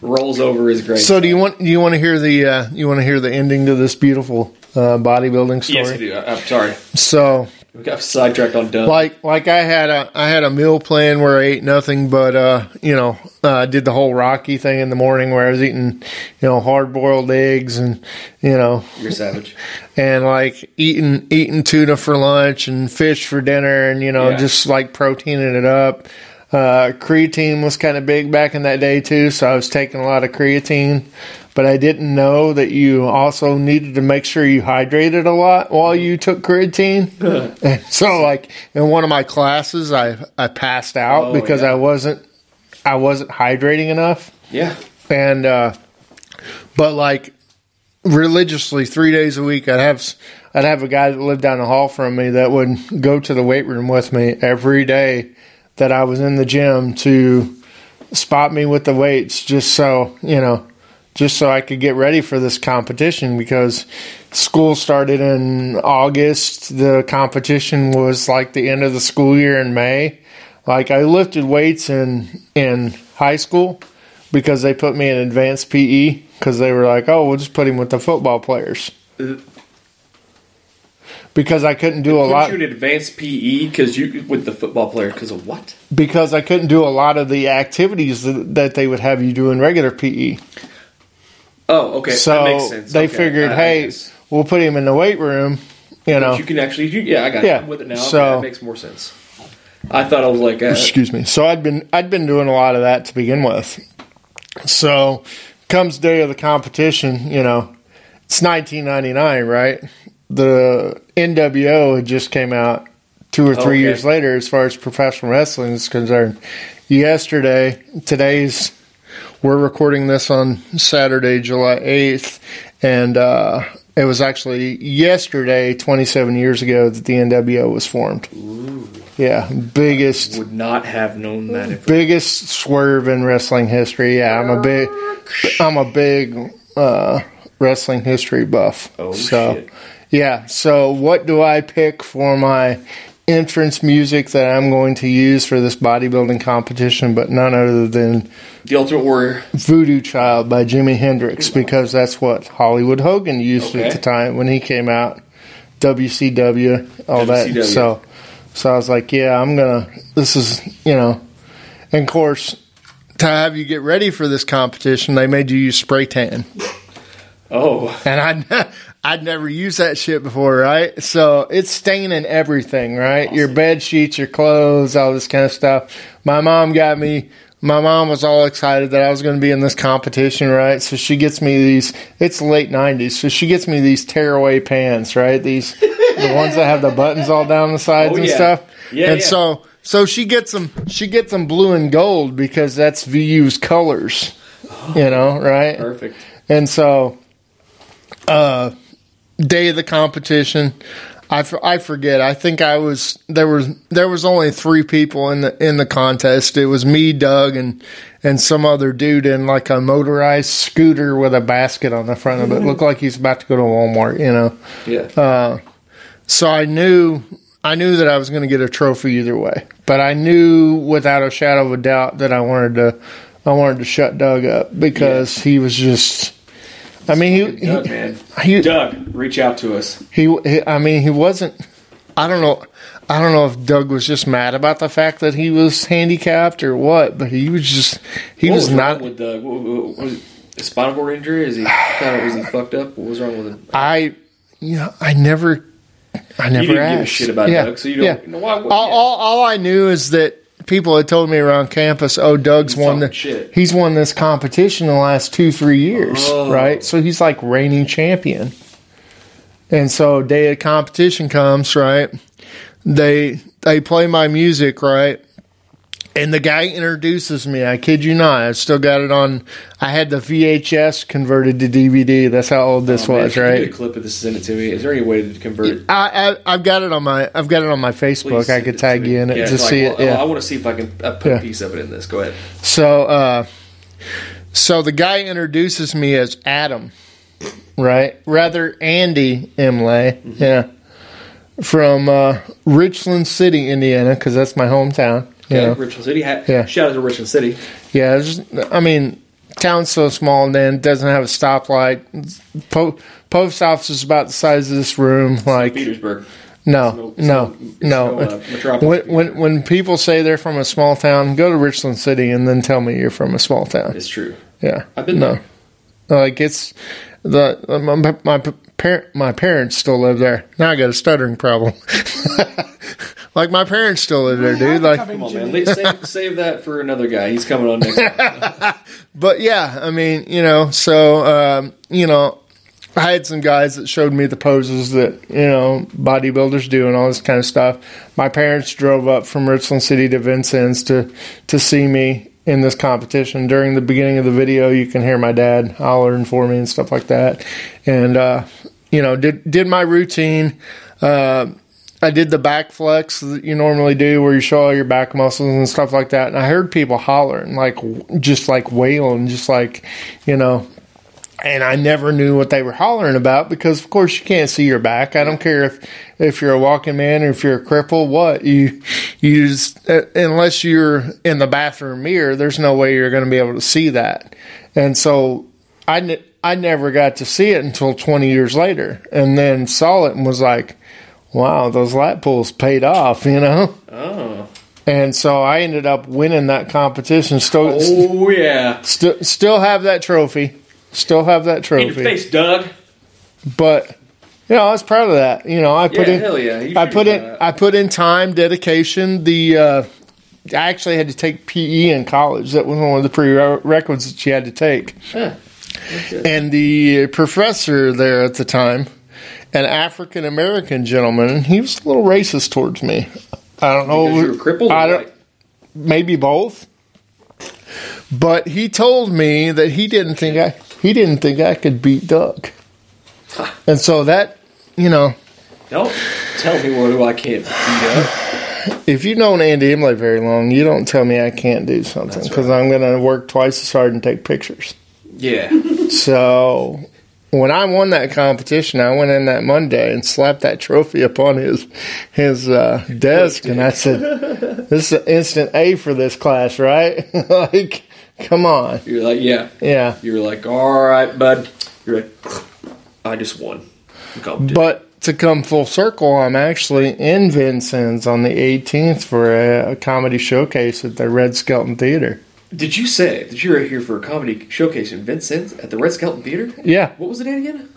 rolls over his grave.
So do you want you want to hear the uh, you want to hear the ending to this beautiful uh, bodybuilding story?
yes, I do. I, am sorry.
So
We got sidetracked on Doug.
like like I had a I had a meal plan where I ate nothing but uh you know uh, I did the whole Rocky thing in the morning where I was eating you know hard boiled eggs and you know
You're savage.
and like eating eating tuna for lunch and fish for dinner and you know
Yeah.
just like proteining it up. Uh, creatine was kind of big back in that day too, so I was taking a lot of creatine, but I didn't know that you also needed to make sure you hydrated a lot while you took creatine. and so, like in one of my classes, I I passed out
Oh,
because
yeah.
I wasn't I wasn't hydrating enough
Yeah.
and uh but like religiously three days a week i'd have i'd have a guy that lived down the hall from me that would go to the weight room with me every day that i was in the gym to spot me with the weights just so you know just so i could get ready for this competition because school started in august the competition was like the end of the school year in may like i lifted weights in in high school because they put me in advanced PE because they were like, oh, we'll just put him with the football players. Because I couldn't do a
Put
lot
you in advanced PE because you with the football player because of what?
because I couldn't do a lot of the activities that, that they would have you do in regular E. PE.
Oh, okay.
so
that makes sense.
they
Okay,
figured,
I- I
hey,
guess.
we'll put him in the weight room. You know,
But you can actually, you, yeah, I got
Yeah,
it. I'm with it now.
so-
Okay, that makes more sense. I thought I was like, uh,
excuse me. So I'd been I'd been doing a lot of that to begin with. So comes day of the competition, you know, it's 1999, right? The NWO had just came out two or three
Okay.
years later, as far as professional wrestling is concerned. Yesterday, today's we're recording this on Saturday, July 8th, and uh, it was actually yesterday, 27 years ago, that the NWO was formed. Yeah, biggest
would not have known that. If,
biggest swerve in wrestling history. Yeah, I'm a big, I'm a big uh, wrestling history buff.
Oh,
so,
shit.
Yeah. So, what do I pick for my entrance music that I'm going to use for this bodybuilding competition? But none other than
the Ultimate Warrior.
"Voodoo Child" by Jimi Hendrix because that's what Hollywood Hogan used
Okay.
at the time when he came out. WCW, all
WCW.
that. So, so I was like, yeah, I'm gonna. This is you know, and of course, to have you get ready for this competition, they made you use spray tan,
Oh,
and I. would I'd never used that shit before, right? So it's staining everything, right? Your bed sheets, your clothes, all this kind of stuff. My mom got me. My mom was all excited that I was going to be in this competition, right? So she gets me these. It's late '90s, so she gets me these tearaway pants, right? These the ones that have the buttons all down the sides
Oh,
and
yeah.
stuff.
Yeah,
and
yeah.
so so she gets them. She gets them blue and gold because that's VU's colors, you know, right?
perfect.
And so, uh, day of the competition, I, f- I forget. I think I was there was there was only three people in the in the contest. It was me, Doug, and and some other dude in like a motorized scooter with a basket on the front of it. Looked like he's about to go to Walmart, you know.
Yeah.
Uh, So I knew I knew that I was going to get a trophy either way, but I knew without a shadow of a doubt that I wanted to I wanted to shut Doug up because he was just. I mean, he,
Doug,
he,
man.
he,
Doug, reach out to us.
he, he- I mean, he wasn't. I don't know. I don't know if Doug was just mad about the fact that he was handicapped or what, but he was just. He
What
was,
wrong
not.
with Doug. What, what- what was a spinal cord injury? Is he kind of was he fucked up? What was wrong with him?
I. You know, I never. I never
You didn't
asked.
give a shit about Doug, so you don't.
yeah.
No, why,
all, all, all I knew is that people had told me around campus, "Oh, Doug's
He's
won
talking
the,
shit.
he's won this competition the last two three years,
Oh.
right? So he's like reigning champion." And so day of competition comes, right? They they play my music, right? And the guy introduces me. I kid you not. I still got it on. I had the VHS converted to DVD. That's how old this
Oh, man,
was,
can you
right?
Get a clip of this. Send it to me. Is there any way to convert? it?
I, I I've got it on my I've got it on my Facebook.
Please
I
send
could
it
tag
to me.
you in it
Yeah,
to
it's like,
see
well, oh,
it. Yeah.
I want to see if I can uh, put
Yeah.
a piece of it in this. Go ahead.
So uh, so the guy introduces me as Adam, right? Rather Andy Imlay,
Mm-hmm.
yeah, from uh, Richland City, Indiana, because that's my hometown. you
Okay,
know.
Richland City. Ha-
Yeah.
Shout out to Richland City.
Yeah, it's just- I mean, town's so small, then doesn't have a stoplight. Po- post office is about the size of this room. Like,
Petersburg.
no,
It's no-
no,
it's
no.
no, uh, metropolis.
when, when when people say they're from a small town, go to Richland City and then tell me you're from a small town.
It's true.
Yeah,
I've been
no. Like it's the uh, my my, par- my parents still live there. Now I got a stuttering problem. like my parents still live there, dude. Like
Come on, Oh, man. Leave- Save, save that for another guy. He's coming on next. time.
but yeah, I mean, you know, so um, you know, I had some guys that showed me the poses that you know bodybuilders do and all this kind of stuff. My parents drove up from Richland City to Vincennes to to see me in this competition. During the beginning of the video, you can hear my dad hollering for me and stuff like that. And uh, you know, did did my routine. Uh, I did the back flex that you normally do, where you show all your back muscles and stuff like that. And I heard people hollering, like w- just like wailing, just like you know. And I never knew what they were hollering about because, of course, you can't see your back. I don't care if if you're a walking man or if you're a cripple. What you you just uh, unless you're in the bathroom mirror, there's no way you're going to be able to see that. And so I ne- I never got to see it until 20 years later, and then saw it and was like wow, those lap pulls paid off, you know?
Oh.
And so I ended up winning that competition. Still, st-
Oh yeah.
st- still have that trophy. Still have that
In your
trophy.
face, Doug.
But, you know, I was proud of that. You know, I put
Yeah,
in,
hell yeah. You uh,
I
should
put
do
in,
that.
I put in time, dedication. The, uh, I actually had to take PE in college. That was one of the prerequisites you had to take.
Huh. Okay.
and the professor there at the time, an African American gentleman, he was a little racist towards me. I don't know.
Because you were crippled.
I
or
don't.
like-
Maybe both. But he told me that he didn't think I he didn't think I could beat Doug, and so that you know
Don't tell me what do I can't beat up.
if you've known Andy Imlay very long, you don't tell me I can't do something
That's
because I'm going to work twice as hard and take pictures.
Yeah.
So when I won that competition, I went in that Monday and slapped that trophy upon his his uh, desk, and I said, "This is an instant A for this class, right? like, come on,
You're like, yeah.
yeah."
You're like, all right, bud. You're like, I just won. the competition.
But to come full circle, I'm actually in Vincennes on the 18th for a, a comedy showcase at the Red Skelton Theater.
Did you say that you were here for a comedy showcase in Vincennes at the Red Skelton Theater?
Yeah,
What was the date again?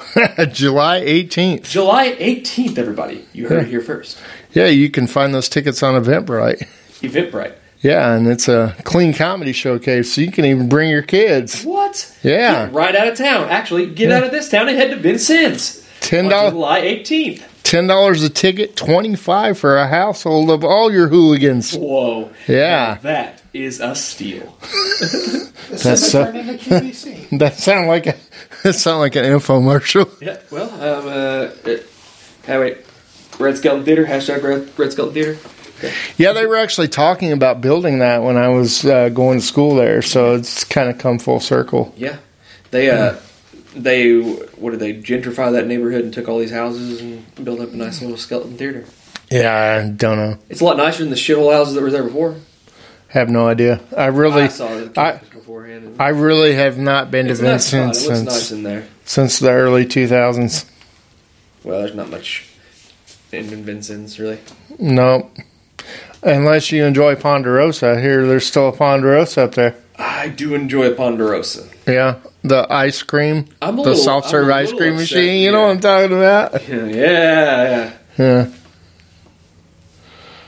July 18th.
July 18th, everybody. You heard it here first.
Yeah, you can find those tickets on Eventbrite.
Eventbrite.
Yeah, and it's a clean comedy showcase, so you can even bring your kids.
What?
Yeah.
Get right out of town. Actually, get out of this town and head to Vincennes.
Ten
on
dollars,
July 18th.
ten dollars a ticket, twenty five for a household of all your hooligans.
Whoa.
Yeah.
Now that is a steal.
This
That's
is
so-
a turn into QVC.
That sound like a that sound like an infomercial.
Yeah. Well, um, uh, uh, hey, wait. Red Skeleton Theater, hashtag Red, Red Skeleton Theater.
Yeah, they were actually talking about building that when I was uh, going to school there, so it's kind of come full circle.
Yeah. They, uh, they, what did they, gentrify that neighborhood and took all these houses and built up a nice little skeleton theater.
Yeah, I don't know,
It's a lot nicer than the shithole houses that were there before.
have no idea. I really,
I
I,
saw the
I-
pictures beforehand. and-
really have not been
It's a
to
nice spot. It
Vincent
looks
since
nice in there.
since the early two thousands.
Well, there's not much in Vincent's really.
No, unless you enjoy Ponderosa, I hear there's still a Ponderosa up there.
I do enjoy Ponderosa.
Yeah, the ice cream,
I'm a
the
little-
soft serve
I'm a
ice
little
cream
upset,
machine. You know
yeah.
what I'm talking about?
yeah, yeah.
Yeah.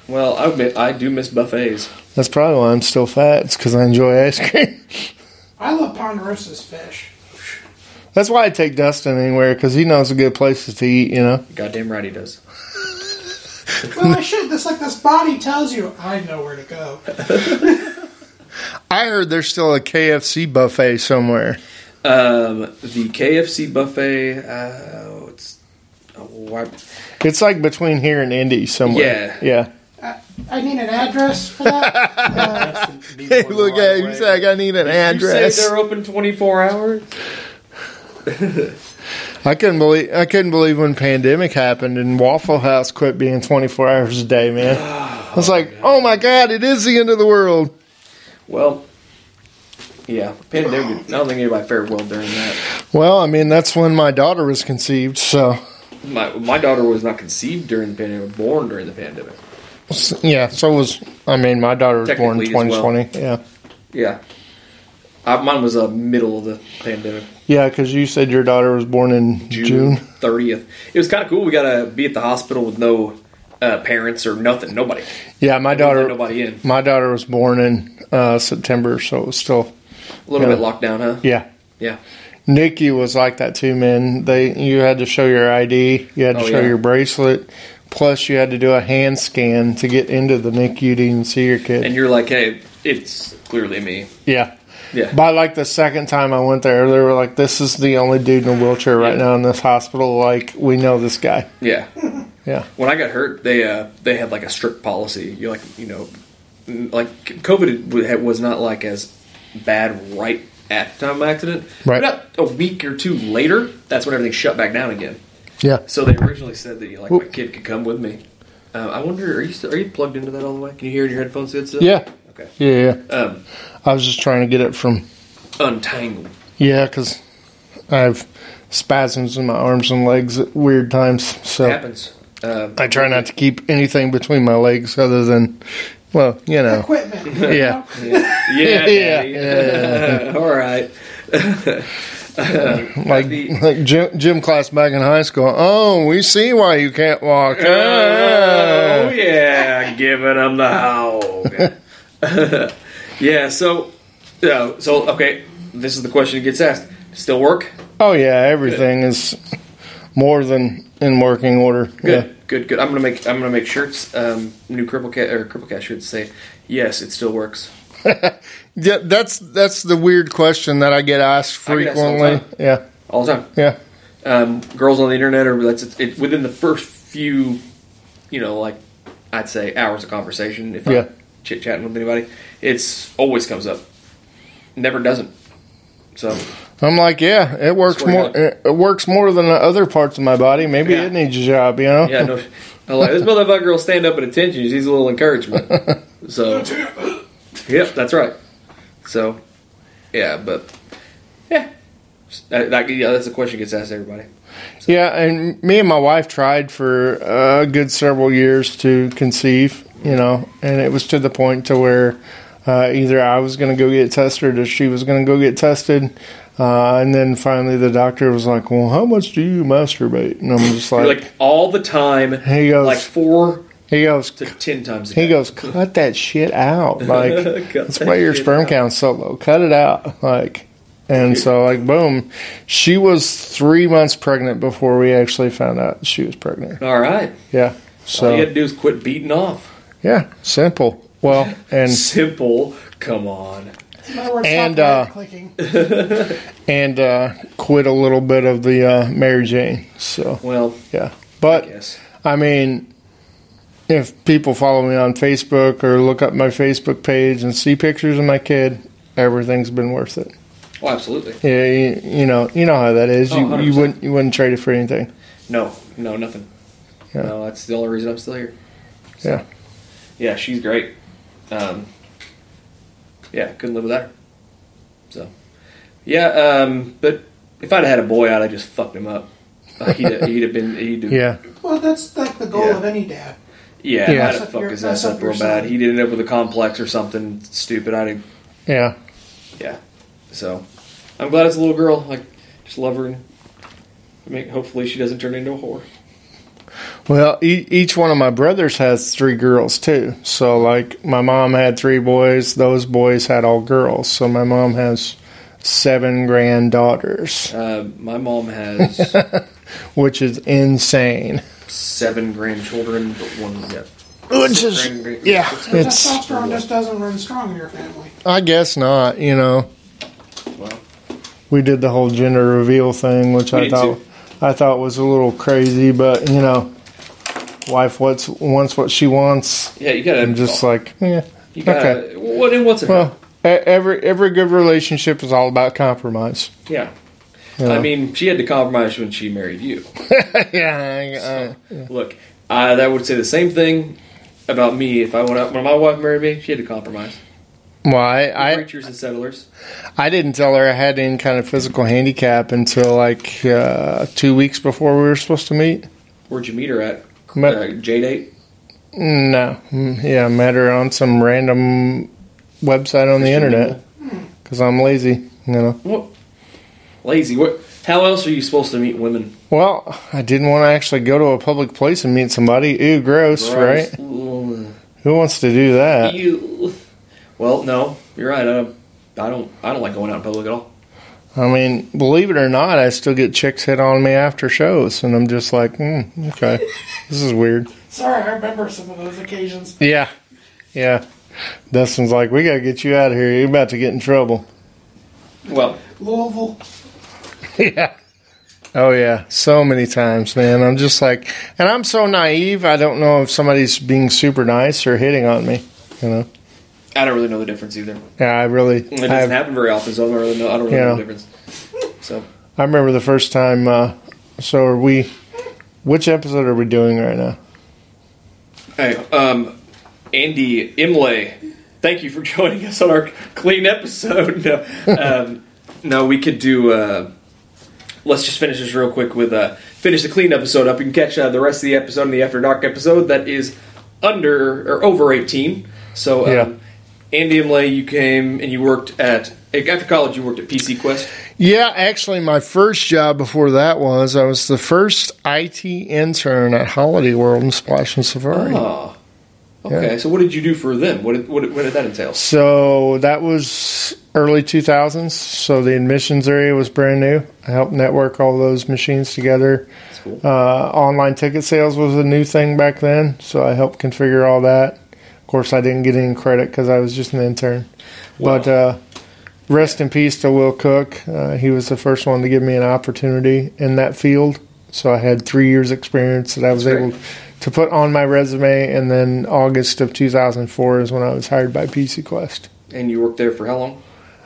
Well, while. I admit, I do miss buffets.
That's probably why I'm still fat. It's because I enjoy ice cream.
I love Ponderosa's fish.
That's why I take Dustin anywhere because he knows the good places to eat. You know,
Goddamn right he does.
Well, I should. That's like this body tells you, I know where to go.
I heard there's still a KFC buffet somewhere.
Um, the KFC buffet. Uh, it's oh, I-
It's like between here and Indy somewhere.
Yeah.
yeah.
I need an address for that. Uh,
Hey, look at him. He's like, I need an
You say
address.
they're open 24 hours?
I couldn't believe I couldn't believe when pandemic happened and Waffle House quit being 24 hours a day, man. I was like, oh my god, it is the end of the world.
Well, yeah. Pandemic. I don't think anybody fared well during that.
Well, I mean, that's when my daughter was conceived, so
My my daughter was not conceived during the pandemic, born during the pandemic.
s- yeah. So was I mean, my daughter was born in
Technically as well.
2020. Yeah,
Yeah. I, mine was uh, middle of the pandemic.
yeah, because you said your daughter was born in June.
thirtieth. It was kind of cool. We got to be at the hospital with no uh, parents or nothing, nobody,
Yeah, my
Let
daughter.
nobody in.
My daughter was born in uh, September, so it was still
A little
Yeah.
bit locked down, huh?
yeah.
Yeah.
Nikki was like that too, man. They you had to show your ID, you had to
Oh,
show
yeah.
your bracelet, plus you had to do a hand scan to get into the NICU to even see your kid.
And you're like, hey, it's clearly me.
yeah.
Yeah.
By like the second time I went there, they were like, "This is the only dude in a wheelchair right
Yeah.
now in this hospital. Like, we know this guy."
Yeah.
Yeah.
When I got hurt, they uh, they had like a strict policy. You like you know, n- like COVID w- had- was not like as bad right at the time of my accident.
Right.
About a week or two later, that's when everything shut back down again.
Yeah.
So they originally said that you know, like my
Whoop.
kid could come with me. Um, I wonder, are you still, are you plugged into that all the way? Can you hear it in your headphones? Good still?
Yeah.
Okay.
Yeah, yeah.
Um,
I was just trying to get it from
untangled.
yeah, because I have spasms in my arms and legs at weird times. So
Happens. Um,
Oh. I try not to keep anything between my legs other than, well, you know.
equipment. you
Yeah.
know?
yeah.
Yeah,
Daddy. all right.
Like,
the-
like gym, gym class back in high school. Oh, we see why you can't walk.
Oh
Ah.
yeah, giving them the hog. yeah. So, uh, so okay. This is the question that gets asked. Still work?
Oh, yeah, everything is more than in working order.
Good. Good. Good. I'm gonna make. I'm gonna make shirts. Um, new cripple cat or cripple cat shirts say, "Yes, it still works."
Yeah. yeah, that's that's the weird question that I get asked
I get asked all the
frequently.
time.
yeah,
All the time.
yeah,
Um, girls on the internet are that's it, it, within the first few, you know, like I'd say hours of conversation. If
Yeah.
I'm chit chatting with anybody, it's always comes up. Never doesn't. So
I'm like, yeah, it works
Swear to
more.
God.
It it works more than the other parts of my body. Maybe
Yeah.
it needs a job, you know.
Yeah, no, I'm like this motherfucker will stand up at attention. She's a little encouragement. So, yep, that's right. So, yeah, but yeah, that, that- yeah, that's a question that gets asked to everybody.
Yeah, and me and my wife tried for a good several years to conceive, you know, and it was to the point to where uh, either I was going to go get tested or she was going to go get tested. Uh, and then finally the doctor was like, well, how much do you masturbate? And I'm just
You're
like,
like all the time,
He goes-
like four
he goes,
to ten times. A
he
day.
goes, cut that shit out. Like,
Cut
that's
that
why your
shit
sperm
out.
count's so low. Cut it out. Like, and so like, boom, she was three months pregnant before we actually found out she was pregnant.
All right, all you
Yeah.
got
So
to do is quit beating off.
yeah, simple. Well, and
Simple. Come on.
In other words, and,
And, uh,
clicking.
and uh, quit a little bit of the uh, Mary Jane. So
Well,
yeah, but
yes.
I mean, if people follow me on Facebook or look up my Facebook page and see pictures of my kid, everything's been worth it.
Oh, absolutely.
Yeah, you, you know, you know how that is.
Oh,
You, you
100%.
wouldn't you wouldn't trade it for anything.
No, no, nothing.
Yeah.
No, that's the only reason I'm still here.
Yeah.
yeah, she's great. Um, yeah, couldn't live without her. So, yeah, um, but if I'd had a boy, I'd have just fucked him up. Uh, he'd, he'd have been, he'd have,
Yeah.
Well, that's like the goal
Yeah.
of any dad.
yeah,
Yeah.
I'd have fucked his ass
That's up
up
your
real bad.
side.
He'd ended up with a complex or something stupid. I'd have,
Yeah.
yeah. So, I'm glad it's a little girl. Like, just love her. And I mean, hopefully, she doesn't turn into a whore.
Well, e- each one of my brothers has three girls too. So, like, my mom had three boys; those boys had all girls. So, my mom has seven granddaughters,
Uh, my mom has
which is insane.
seven grandchildren, but one yeah.
Which is
Grand- grand-
yeah,
So
it's
testosterone just doesn't run strong in your family.
I guess not. You know,
Well,
we did the whole gender reveal thing, which
We
I
did
thought
too.
I thought was a little crazy, but you know, wife what's wants what she wants,
yeah, you gotta
and just like yeah,
you gotta
okay.
well, what and what's it?
Well, e- every every good relationship is all about compromise.
yeah.
Yeah.
I mean, she had to compromise when she married you. uh,
yeah, I-
Look, I that would say the same thing about me if I went out when my wife married me. She had to compromise.
I- well, I, I
Preachers and settlers.
I didn't tell her I had any kind of physical handicap until like uh, two weeks before we were supposed to meet.
Where'd you meet her at?
Met-
uh, J date.
No, Mm, yeah, met her on some random website on the
Christian
internet because I'm lazy, you know.
What? Lazy. What? How else are you supposed to meet women?
Well, I didn't want to actually go to a public place and meet somebody. Ew, gross, right? Uh,
Gross.
Who wants to do
uh,
that?
You. Well, no, you're right. I don't. I don't. I don't like going out in public at all.
I mean, believe it or not, I still get chicks hit on me after shows, and I'm just like, mm, okay, this is weird.
Sorry, I remember some of those occasions.
Yeah, yeah. Dustin's like, we gotta get you out of here. You're about to get in trouble.
Well,
Louisville.
yeah. Oh yeah, so many times, man. I'm just like, and I'm so naive. I don't know if somebody's being super nice or hitting on me. You know?
I don't really know the difference either.
Yeah, I really.
It doesn't
I,
happen very often, so I don't really know. I don't really know the
Yeah.
difference. So
I remember the first time. Uh, so are we? Which episode are we doing right now?
Hey, um, Andy Imlay, thank you for joining us on our clean episode. No, um, no we could do. Uh, let's just finish this real quick with uh, finish the clean episode up. You can catch uh, the rest of the episode in the After Dark episode that is under or over eighteen. So, um, Andy Imlay, you came and you worked at after college. You worked at PC Quest.
Yeah, actually, my first job before that was I was the first IT intern at Holiday World in Splash and Safari.
Ah, okay. So, what did you do for them? What did, what did, what did that entail?
So that was early 2000s. So the admissions area was brand new. I helped network all those machines together.
That's cool.
Uh, online ticket sales was a new thing back then. So I helped configure all that. Of course, I didn't get any credit because I was just an intern. But uh, rest in peace to Will Cook. Uh, he was the first one to give me an opportunity in that field. So I had three years' experience that I was
That's great.
able to put on my resume. And then August of 2004 is when I was hired by PC Quest.
And you worked there for how long?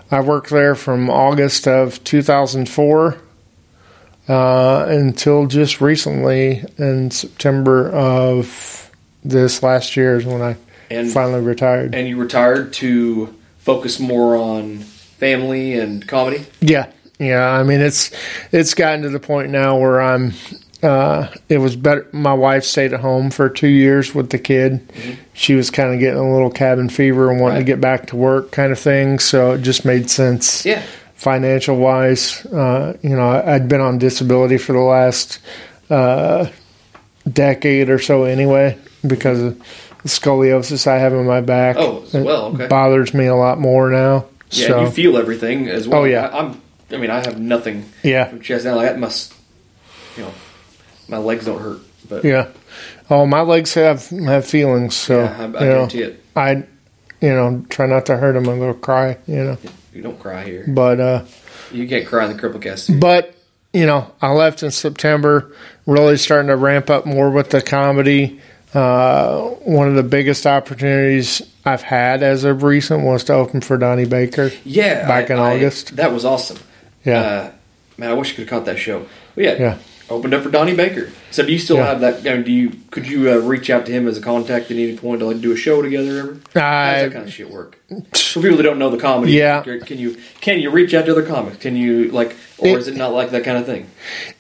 I worked there from August of 2004 uh, until just recently in September of this last year is when I
And
finally retired.
and you retired to focus more on family and comedy.
Yeah, yeah. I mean, it's it's gotten to the point now where I'm. Uh, it was better. My wife stayed at home for two years with the kid. She was kind of getting a little cabin fever and
Mm-hmm.
wanting
Right.
to get back to work, kind of thing. So it just made sense.
Yeah.
financial wise. Uh, you know, I- I'd been on disability for the last uh, decade or so anyway because of the scoliosis I have in my back.
Oh, as well, okay.
It bothers me a lot more now.
Yeah,
so,
and you feel everything as well.
Oh, yeah.
I, I'm. I mean, I have nothing
yeah.
from chest down. Like that must, you know, my legs don't hurt. But yeah,
Yeah. Oh, my legs have have feelings, so
I, I
you know,
guarantee it.
I, you know, try not to hurt them. I'm gonna cry, you know.
You don't cry here.
But uh,
You can't cry in the cripple cast. Here.
but you know, I left in September, really starting to ramp up more with the comedy. Uh, one of the biggest opportunities I've had as of recent was to open for Donnie Baker.
Yeah,
Back in August.
That was awesome.
Yeah.
Uh, man, I wish you could have caught that show. But yeah,
Yeah.
opened up for Donnie Baker. So do you still
Yeah.
have that? I mean, do you could you uh, reach out to him as a contact at any point to like do a show together ever? How does that
I,
kind of shit work? For people that don't know the comedy,
Yeah.
can you can you reach out to other comics? Can you like, or
It-
is it not like that kind of thing?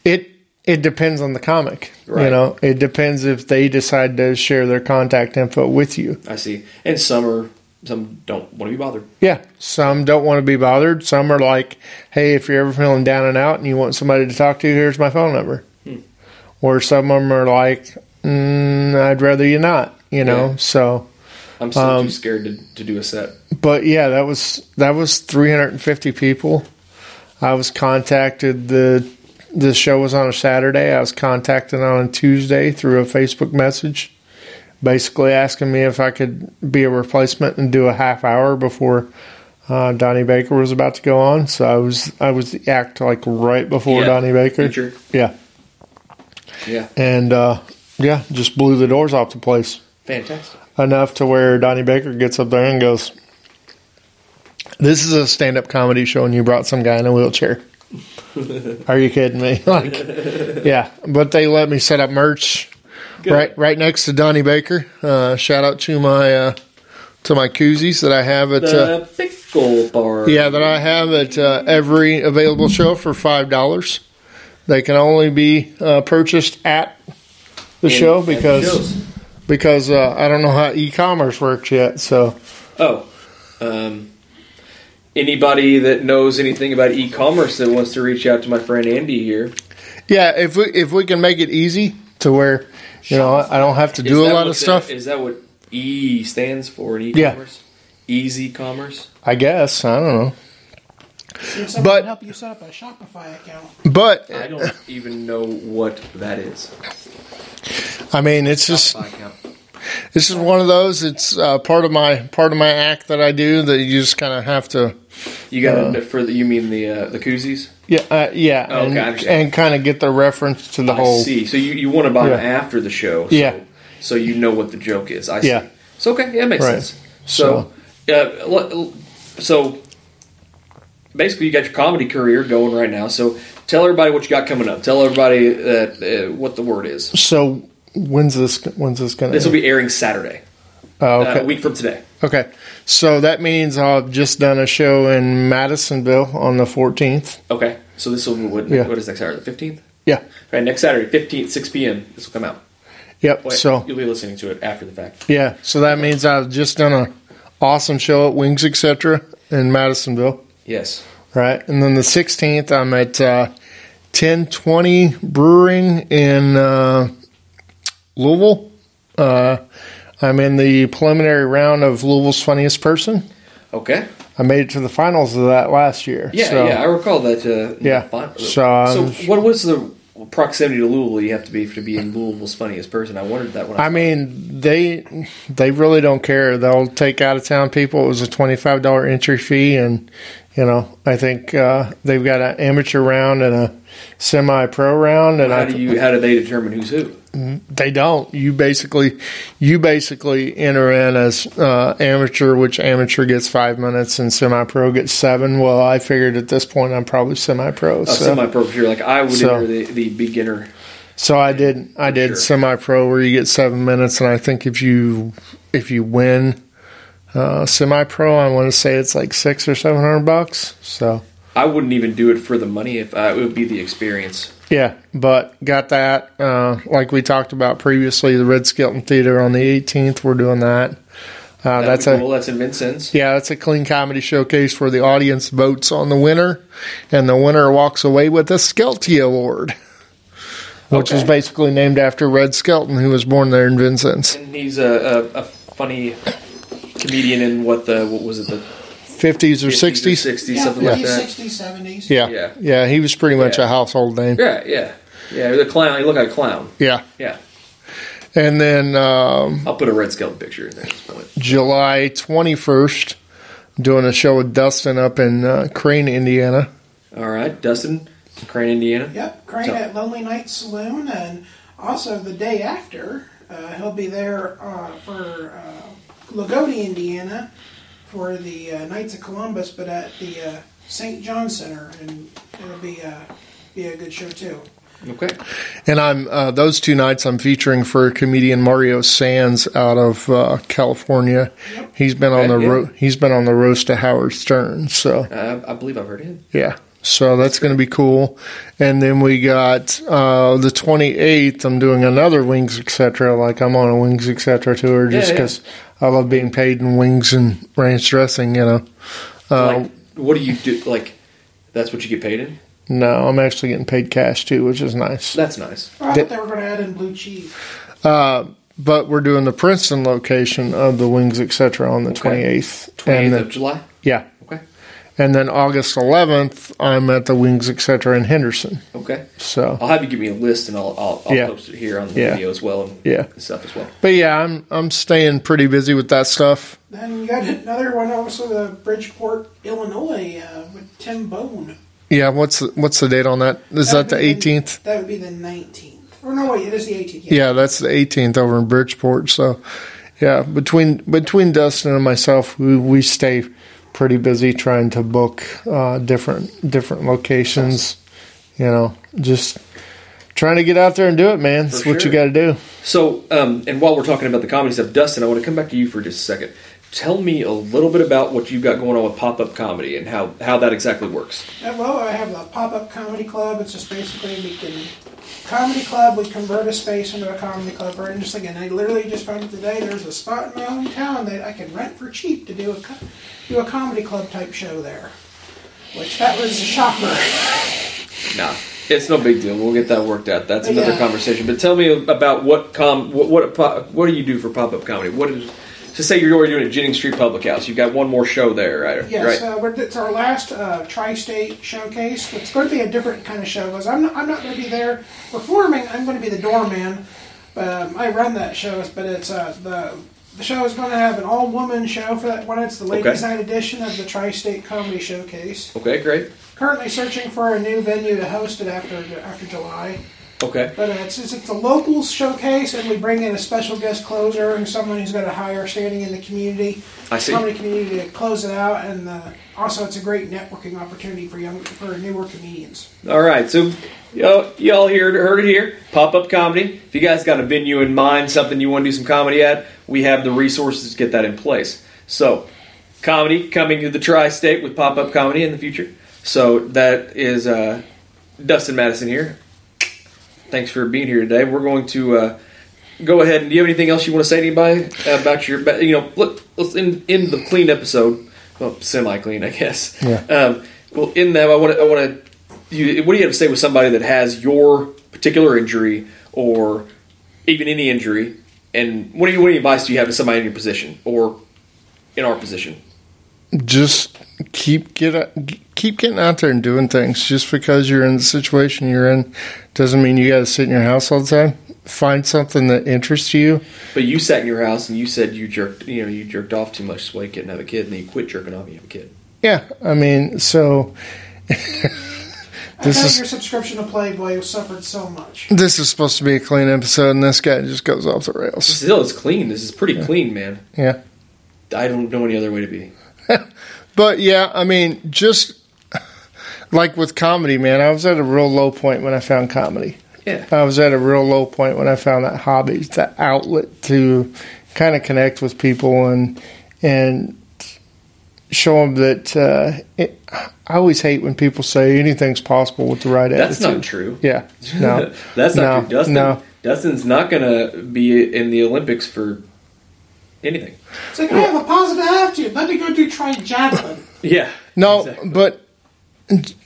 it it depends on the comic.
Right.
You know, it depends if they decide to share their contact info with you.
I see. And some are some don't want to be bothered.
Yeah, some don't want to be bothered. Some are like, "Hey, if you're ever feeling down and out and you want somebody to talk to, here's my phone number." Or some of them are like, mm, I'd rather you not, you know.
Yeah.
So,
I'm still
Um,
too scared to, to do a set.
but yeah, that was that was 350 people. I was contacted the the show was on a Saturday. I was contacted on a Tuesday through a Facebook message, basically asking me if I could be a replacement and do a half hour before uh, Donnie Baker was about to go on. So I was I was the act like right before
Yeah.
Donnie Baker.
Feature.
Yeah,
Yeah,
and uh, yeah, just blew the doors off the place
fantastic.
enough to where Donnie Baker gets up there and goes, "This is a stand-up comedy show, and you brought some guy in a wheelchair." Are you kidding me? Like, yeah, but they let me set up merch
Good.
right right next to Donnie Baker. Uh, shout out to my uh, to my koozies that I have at uh,
The pickle bar.
yeah that I have at uh, every available show for five dollars. They can only be uh, purchased at the
And-
show
and the
because
shows.
because uh, I don't know how e-commerce works yet. So
oh, um, anybody that knows anything about e-commerce that wants to reach out to my friend Andy here,
yeah, if we if we can make it easy to where you know I I don't have to
Is
do
that
a lot
what
of
the-
stuff.
Is that what E stands for in
Yeah.
e-commerce? Easy commerce.
I guess I don't know,
See if someone
But-
can help you set up a Shopify account.
but
I don't even know what that is.
I mean it's just
Shopify account.
this is one of those. It's uh, part of my part of my act that I do that you just kind of have to
You got
uh,
it for the, you mean the uh, the koozies?
yeah uh, yeah
Oh, okay, I
and,
understand.
and kind of get the reference to the
I
whole
see. So you, you want to buy them
Yeah.
after the show. So,
Yeah.
So you know what the joke is. I
Yeah.
see. So okay, yeah, it makes
Right.
sense. So, uh, l- l- so basically, you got your comedy career going right now. So tell everybody what you got coming up. Tell everybody uh, uh, what the word is.
So when's this when's this gonna
This will
end?
be airing Saturday,
oh,
uh,
okay
a week from today.
okay so that means I've just done a show in Madisonville on the fourteenth
Okay. So this will be what,
Yeah.
what is next Saturday? The fifteenth.
yeah
Right. Next Saturday, fifteenth, six p.m. This will come out.
yep
Wait,
so
you'll be listening to it after the fact.
Yeah, so that means I've just done a awesome show at Wings Etc. in Madisonville,
Yes.
right? And then the 16th, I'm at uh, 1020 Brewing in uh, Louisville. Uh, I'm in the preliminary round of Louisville's Funniest Person.
Okay.
I made it to the finals of that last year.
Yeah,
so,
yeah, I recall that. Uh,
Yeah.
fine.
So, um,
what was the proximity to Louisville you have to be to be in Louisville's funniest person? I wondered that when I,
I mean, they they really don't care. They'll take out of town people. It was a twenty five dollar entry fee, and you know, I think uh, they've got an amateur round and a semi pro round, and
how
I,
do you how do they determine who's who?
they don't. You basically you basically enter in as uh, amateur, which amateur gets five minutes and semi pro gets seven. Well, I figured at this point I'm probably semi pro.
Uh, Semi pro here, like I would
so-
enter the, the beginner.
So I did. I did
Sure.
semi-pro where you get seven minutes, and I think if you if you win uh, semi-pro, I want to say it's like six or seven hundred bucks. So
I wouldn't even do it for the money if I, it would be the experience.
yeah, but got that. Uh, like we talked about previously, the Red Skelton Theater on the 18th, we're doing that. Uh,
That'd
that's
be
a
cool. that's in Vincennes.
Yeah, that's a clean comedy showcase where the audience votes on the winner, and the winner walks away with a Skelty Award, which was
Okay.
basically named after Red Skelton, who was born there in Vincennes.
And he's a, a, a funny comedian in what the what was it the
50s or
60s,
60s?
60s,
Yeah,
something
50s,
like that.
60s, 70s.
Yeah.
Yeah.
yeah. he was pretty much
Yeah.
a household name.
Yeah, yeah, yeah. The clown. You look like a clown.
Yeah.
Yeah.
And then um,
I'll put a red skeleton picture in there at this point.
July 21st, doing a show with Dustin up in uh, Crane, Indiana.
All right, Dustin, Crane, Indiana.
Yep, Crane
So-
at Lonely Night Saloon, and also the day after, uh, he'll be there uh, for uh, Lagodi, Indiana, for the uh, Knights of Columbus, but at the uh, St. John Center, and it'll be uh, be a good show too.
Okay.
And I'm uh, those two nights I'm featuring for comedian Mario Sands out of uh, California. He's been on the
Okay, yeah.
ro- he's been on the roast to Howard Stern. So
Uh, I believe I've heard him.
yeah, so that's going to be cool. And then we got uh, the 28th. I'm doing another Wings etc. Like I'm on a Wings etc. tour just
yeah.
because I love being paid in wings and ranch dressing. You know, Uh,
like, what do you do? Like, that's what you get paid in.
no, I'm actually getting paid cash too, which is nice.
That's nice.
Oh, I
Th-
thought they were going to add in blue cheese.
Uh, but we're doing the Princeton location of the Wings, etc., on the
Okay.
twenty eighth.
28th of July.
yeah,
Okay.
and then August eleventh, I'm at the Wings, etc., in Henderson.
Okay.
So
I'll have you give me a list and I'll, I'll, I'll
Yeah.
post it here on the
Yeah.
video as well and
Yeah.
stuff as well.
But yeah, I'm I'm staying pretty busy with that stuff.
Then you got another one also the Bridgeport, Illinois, uh, with Tim Bone.
Yeah, what's the, what's the date on that? Is that the
would be
18th?
That would be the 19th. Or no, wait, it is the 18th.
Yeah, that's the 18th over in Bridgeport. So, yeah, between between Dustin and myself, we, we stay pretty busy trying to book uh, different different locations. You know, just trying to get out there and do it, man. That's what
sure.
you got to do.
So, um, and while we're talking about the comedy stuff, Dustin, I want to come back to you for just a second. Tell me a little bit about what you've got going on with pop up comedy and how, how that exactly works.
Uh, Well, I have a pop-up comedy club. It's just basically we can comedy club. We convert a space into a comedy club or just again. I literally just found out today there's a spot in my hometown that I can rent for cheap to do a co- do a comedy club type show there. Which that was a shocker.
Nah, it's no big deal. We'll get that worked out. That's
Yeah.
another conversation. But tell me about what com what what, po- what do you do for pop up comedy? What is to say you're already doing a Jennings Street Public House? You've got one more show there, right?
Yes,
right.
uh, we're, it's our last uh, tri-state showcase. It's going to be a different kind of show because I'm not, I'm not going to be there performing. I'm going to be the doorman. Um, I run that show, but it's uh, the the show is going to have an all-woman show for that one. It's the ladies'
Okay.
night edition of the tri-state comedy showcase.
okay, great.
Currently searching for a new venue to host it after after July.
Okay,
But uh, it's, it's, it's a locals showcase, and we bring in a special guest closer, who's someone who's got a higher standing in the community,
I see.
comedy community, to close it out. And uh, also, it's a great networking opportunity for young for newer comedians.
all right. So. Yo, y'all heard, heard it here. Pop up comedy. If you guys got a venue in mind, something you want to do some comedy at, we have the resources to get that in place. So, comedy coming to the tri state with pop up comedy in the future. So, that is uh, Dustin Madison here. Thanks for being here today. We're going to uh, go ahead. And do you have anything else you want to say to anybody about your? about- You know, look, let's end, end the clean episode. Well, semi-clean, I guess.
Yeah.
Um, well, in that, I want to. I want to. You, what do you have to say with somebody that has your particular injury or even any injury? And what do you, what advice do you have to somebody in your position or in our position?
Just keep get keep getting out there and doing things. Just because you're in the situation you're in doesn't mean you got to sit in your house all the time. Find something that interests you.
But you sat in your house and you said you jerked. You know, you jerked off too much, so why you couldn't have a kid, and then you quit jerking off, and you have a kid.
Yeah, I mean, so
I
This
know
is-
your subscription to Playboy suffered so much.
This is supposed to be a clean episode, and this guy just goes off the rails.
Still, it's clean. This is pretty clean, man.
Yeah.
I don't know any other way to be.
But yeah, I mean, just like with comedy, man, I was at a real low point when I found comedy.
Yeah.
I was at a real low point when I found that hobby, that outlet to kind of connect with people and and show them that. Uh, it, I always hate when people say anything's possible with the right
That's
attitude.
not true.
Yeah, no,
That's not
No.
true. Dustin,
No.
Dustin's not going to be in the Olympics for anything.
It's like I have a positive attitude. Let me go do try javelin.
Yeah.
No,
Exactly.
but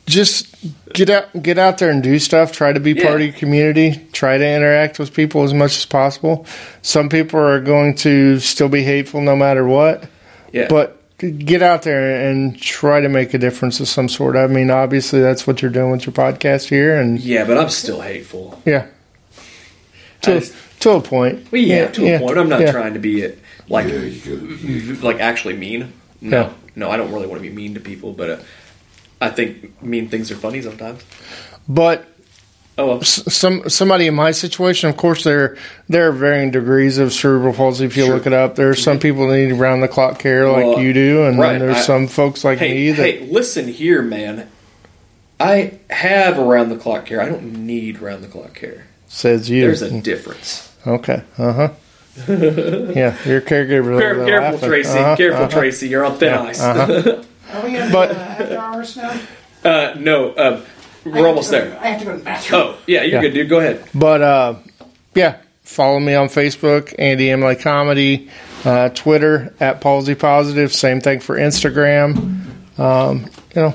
just get out, get out there and do stuff. Try to be
Yeah.
part of your community. Try to interact with people as much as possible. Some people are going to still be hateful no matter what,
Yeah.
but get out there and try to make a difference of some sort. I mean, obviously that's what you're doing with your podcast here, and
yeah, but I'm still hateful.
yeah, to,
just-
to a point.
Well, yeah, to
yeah,
a point. I'm not
yeah.
trying to be it like like actually mean. No.
Yeah.
No, I don't really want to be mean to people, but uh, I think mean things are funny sometimes.
but
Oh, well.
s- some somebody in my situation, of course, there there are varying degrees of cerebral palsy. If you
Sure.
look it up, there are some people that need round the clock care like
Well,
you do, and
right,
then there's
I-
some folks like me
Hey,
that
hey, listen here, man. I have around the clock care. I don't need round the clock care.
says you.
There's a difference.
okay, uh huh. yeah, your caregiver.
Care-
they're
careful,
laughing.
Tracy.
Uh-huh,
careful,
uh-huh.
Tracy. You're on thin
Yeah,
ice. uh
uh-huh.
Are we in
But-
uh, after hours now?
no, um,
I have
we're
to
almost
go-
there.
I have to go to the bathroom.
Oh, yeah, you're
Yeah.
good, dude. Go ahead.
But uh, yeah, follow me on Facebook, Andy Emily Comedy, uh, Twitter at Palsy Positive. Same thing for Instagram. Um, you know,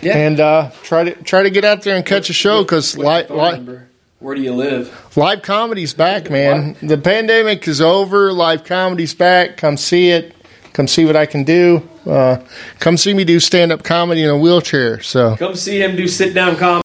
Yeah.
and uh, try to try to get out there and catch a show because
What's
li-
your phone
li-
number? Where do you live?
Live comedy's back, man. The pandemic is over. Live comedy's back. Come see it. Come see what I can do. Uh, come see me do stand up comedy in a wheelchair. So.
Come see him do sit down comedy.